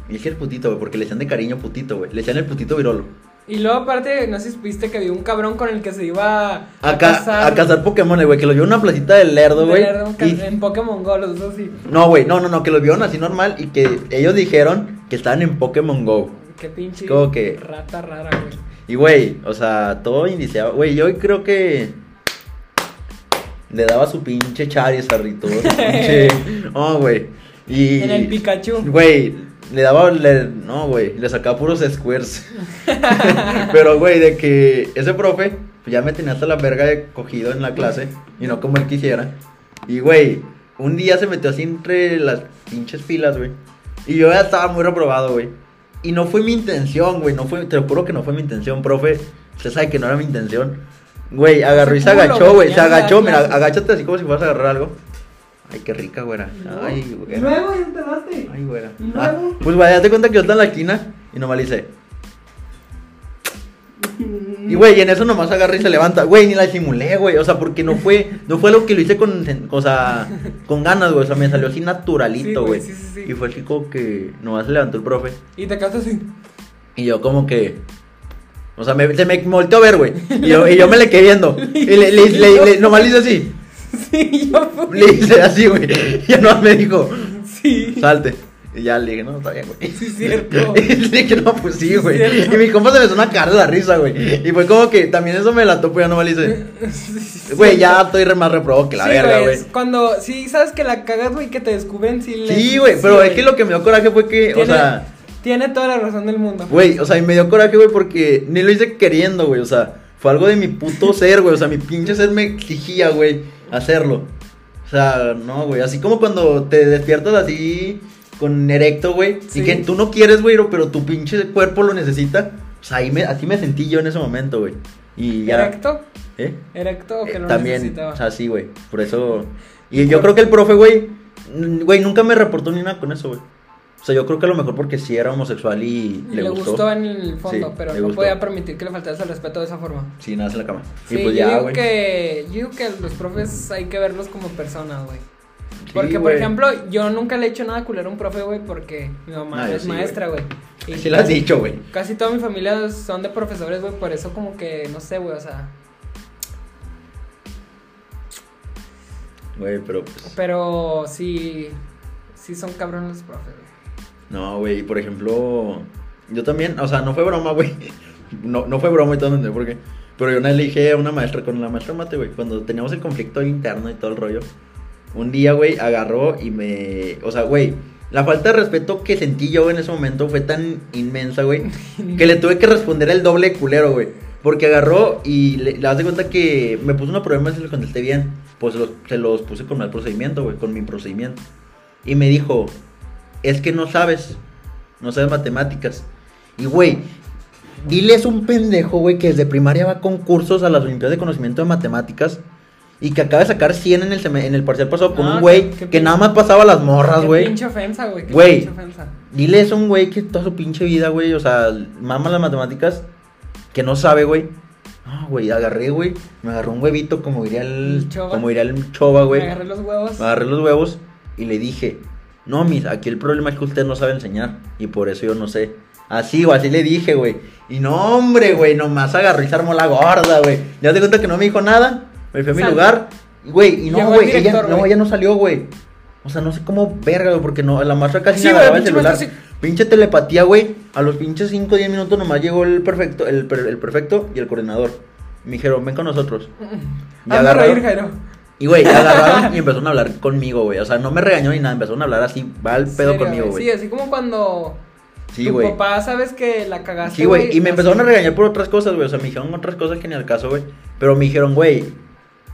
[SPEAKER 2] Y es que el putito, güey, porque le decían de cariño putito, güey. Le decían el putito virolo.
[SPEAKER 1] Y luego, aparte, no sé si viste que había un cabrón con el que se iba a,
[SPEAKER 2] A, ca-
[SPEAKER 1] casar.
[SPEAKER 2] a cazar Pokémon, güey, que lo vio en una placita del lerdo,
[SPEAKER 1] de
[SPEAKER 2] güey.
[SPEAKER 1] lerdo, un ca-
[SPEAKER 2] y-
[SPEAKER 1] En Pokémon Go, los dos así.
[SPEAKER 2] No, güey, no, no, no, que lo vieron así normal y que ellos dijeron que estaban en Pokémon Go.
[SPEAKER 1] Qué pinche
[SPEAKER 2] Como que-
[SPEAKER 1] rata rara, güey.
[SPEAKER 2] Y güey, o sea, todo iniciaba. Güey, yo creo que. Le daba su pinche Charizard y todo. su pinche. Oh, güey. Y.
[SPEAKER 1] En el Pikachu.
[SPEAKER 2] Güey, le daba. le- no, güey. Le sacaba puros squares. Pero, güey, de que ese profe pues, ya me tenía hasta la verga de cogido en la clase. Y no como él quisiera. Y, güey, un día se metió así entre las pinches filas, güey. Y yo ya estaba muy reprobado, güey. Y no fue mi intención, güey. No fue, te lo juro que no fue mi intención, profe. Usted sabe que no era mi intención. Güey, agarró y se
[SPEAKER 1] Ese culo,
[SPEAKER 2] agachó,
[SPEAKER 1] güey,
[SPEAKER 2] güey. Se
[SPEAKER 1] ya en la
[SPEAKER 2] agachó, mira,
[SPEAKER 1] clase.
[SPEAKER 2] agáchate así como si fueras a agarrar algo. Ay, qué rica, güera. Ay,
[SPEAKER 1] Y
[SPEAKER 2] güera.
[SPEAKER 1] luego ya te daste.
[SPEAKER 2] Ay, güera.
[SPEAKER 1] ¿Y luego?
[SPEAKER 2] Ah, pues vaya, date cuenta que yo estaba en la esquina y nomás le hice. Y güey, en eso nomás agarra y se levanta. Güey, ni la simulé, güey. O sea, porque no fue, no fue lo que lo hice con, o sea, con ganas, güey. O sea, me salió así
[SPEAKER 1] Sí,
[SPEAKER 2] naturalito,
[SPEAKER 1] güey,
[SPEAKER 2] güey.
[SPEAKER 1] sí, sí, sí.
[SPEAKER 2] Y fue el chico que nomás se levantó el profe.
[SPEAKER 1] Y te quedaste así.
[SPEAKER 2] Y yo como que... O sea, me, se me volteó a ver, güey. Y yo, y yo me le quedé viendo. Y le, le, le- le- nomás le hice así.
[SPEAKER 1] Sí, yo fui.
[SPEAKER 2] Le hice así, güey. Y ya nomás me dijo,
[SPEAKER 1] Sí.
[SPEAKER 2] salte. Y ya le dije, no, está bien, güey.
[SPEAKER 1] Sí, es cierto.
[SPEAKER 2] Y le dije, no, pues sí, güey.
[SPEAKER 1] cierto.
[SPEAKER 2] Y mi compa se me una cara de la risa, güey. Y fue como que también eso me la topo, ya nomás le hice...
[SPEAKER 1] Sí, sí,
[SPEAKER 2] Güey,
[SPEAKER 1] sí.
[SPEAKER 2] ya estoy re más reprobado que la
[SPEAKER 1] Sí,
[SPEAKER 2] verga,
[SPEAKER 1] güey,
[SPEAKER 2] güey.
[SPEAKER 1] es Cuando, sí, sabes que la cagas, güey, que te descubren, sí. le-
[SPEAKER 2] Sí, güey, pero es que lo que me dio coraje fue que, o
[SPEAKER 1] Tiene-
[SPEAKER 2] sea...
[SPEAKER 1] Tiene toda la razón del mundo.
[SPEAKER 2] Güey, o sea, y me dio coraje, güey, porque ni lo hice queriendo, güey. O sea, fue algo de mi puto ser, güey. O sea, mi pinche ser me exigía, güey, hacerlo. O sea, no, güey. Así como cuando te despiertas así con erecto, güey.
[SPEAKER 1] Sí.
[SPEAKER 2] Y que tú no quieres, güey, pero tu pinche cuerpo lo necesita. O sea, ahí me, así me sentí yo en ese momento, güey. Y ya.
[SPEAKER 1] ¿Erecto?
[SPEAKER 2] ¿Eh?
[SPEAKER 1] ¿Erecto o que
[SPEAKER 2] Eh,
[SPEAKER 1] no
[SPEAKER 2] también,
[SPEAKER 1] necesitaba?
[SPEAKER 2] o sea, sí, güey. Por eso. Y yo creo que el profe, güey, mm, güey, nunca me reportó ni nada con eso, güey. O sea, yo creo que a lo mejor porque sí era homosexual y,
[SPEAKER 1] Y le gustó. en el fondo,
[SPEAKER 2] Sí,
[SPEAKER 1] pero
[SPEAKER 2] le
[SPEAKER 1] no
[SPEAKER 2] gustó.
[SPEAKER 1] podía permitir que le faltase el respeto de esa forma.
[SPEAKER 2] Sí, nada, en la cama.
[SPEAKER 1] Sí,
[SPEAKER 2] y pues
[SPEAKER 1] yo,
[SPEAKER 2] ya,
[SPEAKER 1] digo
[SPEAKER 2] güey.
[SPEAKER 1] que, yo digo que los profes hay que verlos como personas, güey.
[SPEAKER 2] Sí,
[SPEAKER 1] Porque, por
[SPEAKER 2] güey.
[SPEAKER 1] ejemplo, yo nunca le he hecho nada culero a un profe, güey, porque mi mamá
[SPEAKER 2] Ah, yo
[SPEAKER 1] es
[SPEAKER 2] sí,
[SPEAKER 1] maestra, güey. Y
[SPEAKER 2] Sí lo has dicho, güey.
[SPEAKER 1] Casi toda mi familia son de profesores, güey, por eso como que, no sé, güey, o sea.
[SPEAKER 2] Güey, pero pues.
[SPEAKER 1] Pero sí, sí son cabrones los profes, güey.
[SPEAKER 2] No, güey, y por ejemplo. Yo también, o sea, no fue broma, güey. No, no fue broma y todo, no sé por qué. Pero yo una vez le dije a una maestra, con la maestra mate, güey, cuando teníamos el conflicto interno y todo el rollo. Un día, güey, agarró y me. O sea, güey, la falta de respeto que sentí yo en ese momento fue tan inmensa, güey, que le tuve que responder el doble culero, güey. Porque agarró y le, le das de cuenta que me puso una problema y se lo contesté bien. Pues se los, se los puse con mal procedimiento, güey, con mi procedimiento. Y me dijo, es que no sabes, no sabes matemáticas. Y, güey, dile es un pendejo, güey, que desde primaria va con cursos a las Olimpiadas de Conocimiento de Matemáticas. Y que acaba de sacar 100 en el, seme- en el parcial pasado con
[SPEAKER 1] No,
[SPEAKER 2] un güey
[SPEAKER 1] Ah, qué- qué
[SPEAKER 2] que
[SPEAKER 1] pin-
[SPEAKER 2] nada más pasaba las morras,
[SPEAKER 1] Qué
[SPEAKER 2] güey.
[SPEAKER 1] pinche ofensa, güey. qué
[SPEAKER 2] Güey.
[SPEAKER 1] pinche ofensa.
[SPEAKER 2] Dile eso a un güey que toda su pinche vida, güey, o sea, mama las matemáticas, que no sabe, güey. Ah, güey, agarré, güey. Me agarró un huevito, como diría el.
[SPEAKER 1] El chova.
[SPEAKER 2] Como diría el chova, güey.
[SPEAKER 1] Me agarré los huevos.
[SPEAKER 2] Me agarré los huevos y le dije, no, mis, aquí el problema es que usted no sabe enseñar y por eso yo no sé. Así, o así le dije, güey. Y no, hombre, güey, nomás agarró y se armó la gorda, güey. Ya te cuenta que no me dijo nada, me fui a mi
[SPEAKER 1] Sal.
[SPEAKER 2] lugar, güey, y no,
[SPEAKER 1] Llegó el
[SPEAKER 2] güey, ella,
[SPEAKER 1] director,
[SPEAKER 2] no,
[SPEAKER 1] güey.
[SPEAKER 2] ella no salió, güey. O sea, no sé cómo verga, güey, porque no, la maestra casi
[SPEAKER 1] Sí,
[SPEAKER 2] no
[SPEAKER 1] güey,
[SPEAKER 2] agarraba el
[SPEAKER 1] pinche maestra
[SPEAKER 2] celular. Pinche telepatía, güey. A los pinches 5 o 10 minutos nomás llegó el perfecto, el, per- el perfecto y el coordinador. Me dijeron, ven con nosotros. Me
[SPEAKER 1] Hazme
[SPEAKER 2] agarraron.
[SPEAKER 1] reír, Jairo.
[SPEAKER 2] Y, güey, agarraron y empezaron a hablar conmigo, güey. O sea, no me regañó ni nada, empezaron a hablar así, va al pedo
[SPEAKER 1] Serio,
[SPEAKER 2] conmigo,
[SPEAKER 1] Sí,
[SPEAKER 2] güey.
[SPEAKER 1] así como cuando
[SPEAKER 2] Sí,
[SPEAKER 1] tu
[SPEAKER 2] güey.
[SPEAKER 1] papá sabes que la cagaste.
[SPEAKER 2] Sí, güey. Y
[SPEAKER 1] así.
[SPEAKER 2] me empezaron a regañar por otras cosas, güey. O sea, me dijeron otras cosas que ni al caso, güey. Pero me dijeron, güey.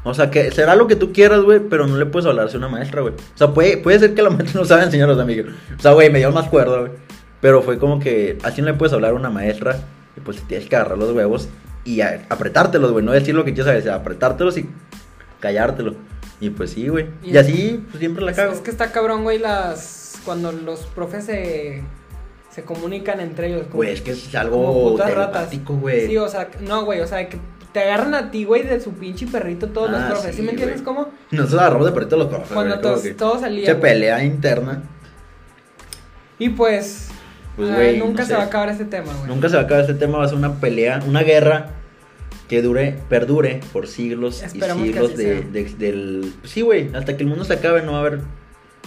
[SPEAKER 2] O sea, que será lo que tú quieras, güey, pero no le puedes hablar así a una maestra, güey. O sea, puede, puede ser que la maestra no sabe enseñar a los amigos. O sea, güey, me dio más cuerda, güey. Pero fue como que así no le puedes hablar a una maestra. Y pues tienes que agarrar los huevos y a- apretártelos, güey. No decir lo que quieres decir, apretártelos y callártelo. Y pues sí, güey.
[SPEAKER 1] Y
[SPEAKER 2] Y así, pues siempre la
[SPEAKER 1] Es-
[SPEAKER 2] cago.
[SPEAKER 1] Es, que está cabrón, güey, las. Cuando los profes se. Se comunican entre ellos. como-
[SPEAKER 2] Güey, es que es
[SPEAKER 1] como
[SPEAKER 2] algo
[SPEAKER 1] putas ratas.
[SPEAKER 2] telepático, güey.
[SPEAKER 1] Sí, o sea, no, güey, o sea, que te agarran a ti, güey, de su pinche perrito todos los
[SPEAKER 2] Ah,
[SPEAKER 1] profes. ¿Sí,
[SPEAKER 2] sí,
[SPEAKER 1] me entiendes
[SPEAKER 2] güey.
[SPEAKER 1] cómo?
[SPEAKER 2] Nosotros agarramos de perrito los profes,
[SPEAKER 1] Cuando
[SPEAKER 2] güey, como
[SPEAKER 1] todos,
[SPEAKER 2] que
[SPEAKER 1] todo salía.
[SPEAKER 2] Se
[SPEAKER 1] güey.
[SPEAKER 2] pelea interna.
[SPEAKER 1] Y pues.
[SPEAKER 2] Pues,
[SPEAKER 1] ah,
[SPEAKER 2] güey,
[SPEAKER 1] nunca
[SPEAKER 2] no
[SPEAKER 1] se va
[SPEAKER 2] sé.
[SPEAKER 1] a acabar este tema, güey.
[SPEAKER 2] Nunca se va a acabar este tema, va a ser una pelea, una guerra que dure, perdure por siglos
[SPEAKER 1] Esperamos que
[SPEAKER 2] y siglos
[SPEAKER 1] así
[SPEAKER 2] de,
[SPEAKER 1] sea.
[SPEAKER 2] de- del... pues Sí, güey, hasta que el mundo se acabe no va a haber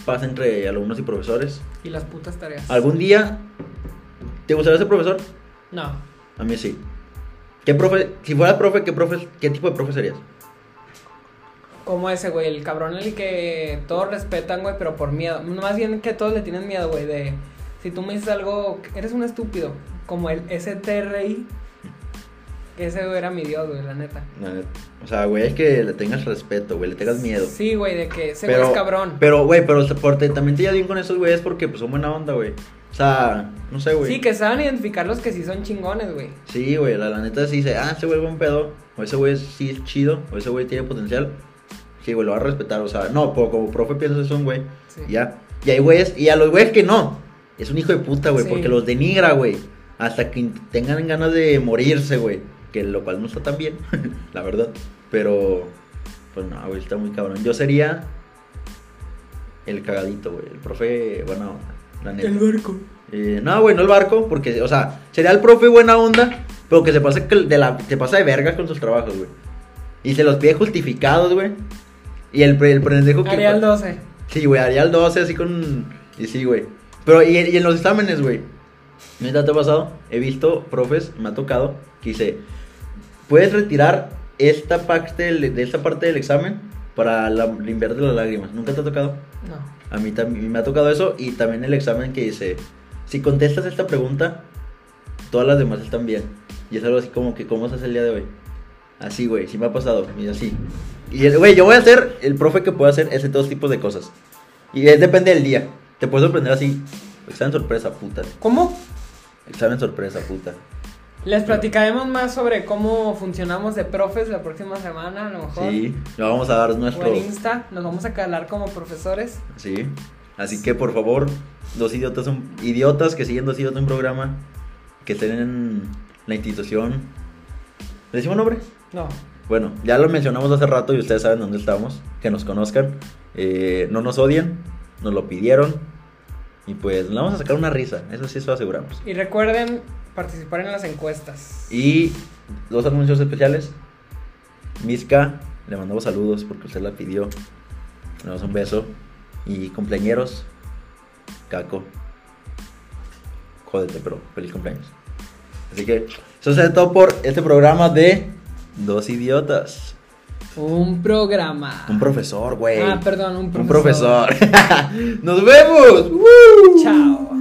[SPEAKER 2] paz entre alumnos y profesores.
[SPEAKER 1] Y las putas tareas.
[SPEAKER 2] ¿Algún día te gustaría ser profesor?
[SPEAKER 1] No.
[SPEAKER 2] A mí sí. ¿Qué profe, si fueras profe, ¿qué, profe, ¿qué tipo de profe serías?
[SPEAKER 1] Como ese, güey, el cabrón el que todos respetan, güey, pero por miedo. Más bien que todos le tienen miedo, güey, de... Si tú me dices algo, eres un estúpido. Como el STRI. Ese, güey, era mi dios, güey, la neta.
[SPEAKER 2] O sea, güey, es que le tengas respeto, güey, le tengas miedo.
[SPEAKER 1] Sí, güey, de que ese güey es cabrón.
[SPEAKER 2] Pero, güey, pero se- por- te- también te ya bien con esos güeyes porque pues son buena onda, güey. O sea, no sé, güey.
[SPEAKER 1] Sí, que saben identificar los que sí son chingones, güey.
[SPEAKER 2] Sí, güey, la, la neta sí dice, ah, ese güey es buen pedo, o ese güey es- sí es chido, o ese güey tiene potencial. Sí, güey, lo va a respetar, o sea, no, pero como profe piensas es un güey,
[SPEAKER 1] Sí.
[SPEAKER 2] y ya. Y hay güeyes, y a los güeyes que no, es un hijo de puta, güey,
[SPEAKER 1] Sí.
[SPEAKER 2] porque los denigra, güey, hasta que in- tengan ganas de morirse, güey, que lo cual no está tan bien, la verdad, pero, pues no, güey, está muy cabrón. Yo sería el cagadito, güey, el profe, bueno, la neta.
[SPEAKER 1] barco.
[SPEAKER 2] Eh, no, güey, no el barco, porque, o sea, sería el profe buena onda, pero que se pasa, que de, la, se pasa de verga con sus trabajos, güey. Y se los pide justificados, güey. Y el, pre- el pendejo que...
[SPEAKER 1] Arial 12.
[SPEAKER 2] Sí, güey, haría el 12 así con... Y sí, güey. Pero, y, y en los exámenes, güey. Neta, te ha pasado, he visto profes, me ha tocado, que dice, puedes retirar esta parte del, de esta parte del examen para la- limpiarte las lágrimas. ¿Nunca te ha tocado?
[SPEAKER 1] No.
[SPEAKER 2] A mí también me ha tocado eso y también el examen que dice, si contestas esta pregunta, todas las demás están bien. Y es algo así como que, ¿cómo estás el día de hoy? Así, güey, sí me ha pasado, y así. Y, el- güey, yo voy a ser el profe que pueda hacer ese dos tipos de cosas. Y es, depende del día. Te puedes sorprender así. Examen sorpresa, puta.
[SPEAKER 1] ¿Cómo?
[SPEAKER 2] Examen sorpresa, puta.
[SPEAKER 1] Les platicaremos más sobre cómo funcionamos de profes la próxima semana, a lo mejor.
[SPEAKER 2] Sí, lo vamos a dar
[SPEAKER 1] O
[SPEAKER 2] nuestro...
[SPEAKER 1] en Insta, nos vamos a calar como profesores.
[SPEAKER 2] Sí. Así que por favor, dos idiotas, un- idiotas que siguen dos idiotas un programa, que estén en la institución. ¿Le decimos nombre?
[SPEAKER 1] No.
[SPEAKER 2] Bueno, ya lo mencionamos hace rato y ustedes saben dónde estamos, que nos conozcan, eh, no nos odien, nos lo pidieron y pues le vamos a sacar una risa, eso sí, eso aseguramos.
[SPEAKER 1] Y recuerden participar en las encuestas.
[SPEAKER 2] Y los anuncios especiales, Miska, le mandamos saludos porque usted la pidió, le damos un beso y cumpleañeros, Caco, jódete, pero feliz cumpleaños. Así que eso es todo por este programa de Dos Idiotas.
[SPEAKER 1] Un programa.
[SPEAKER 2] Un profesor, güey.
[SPEAKER 1] Ah, perdón, un
[SPEAKER 2] Un
[SPEAKER 1] Ah. profesor.
[SPEAKER 2] profesor. Nos vemos. ¡Woo!
[SPEAKER 1] Chao.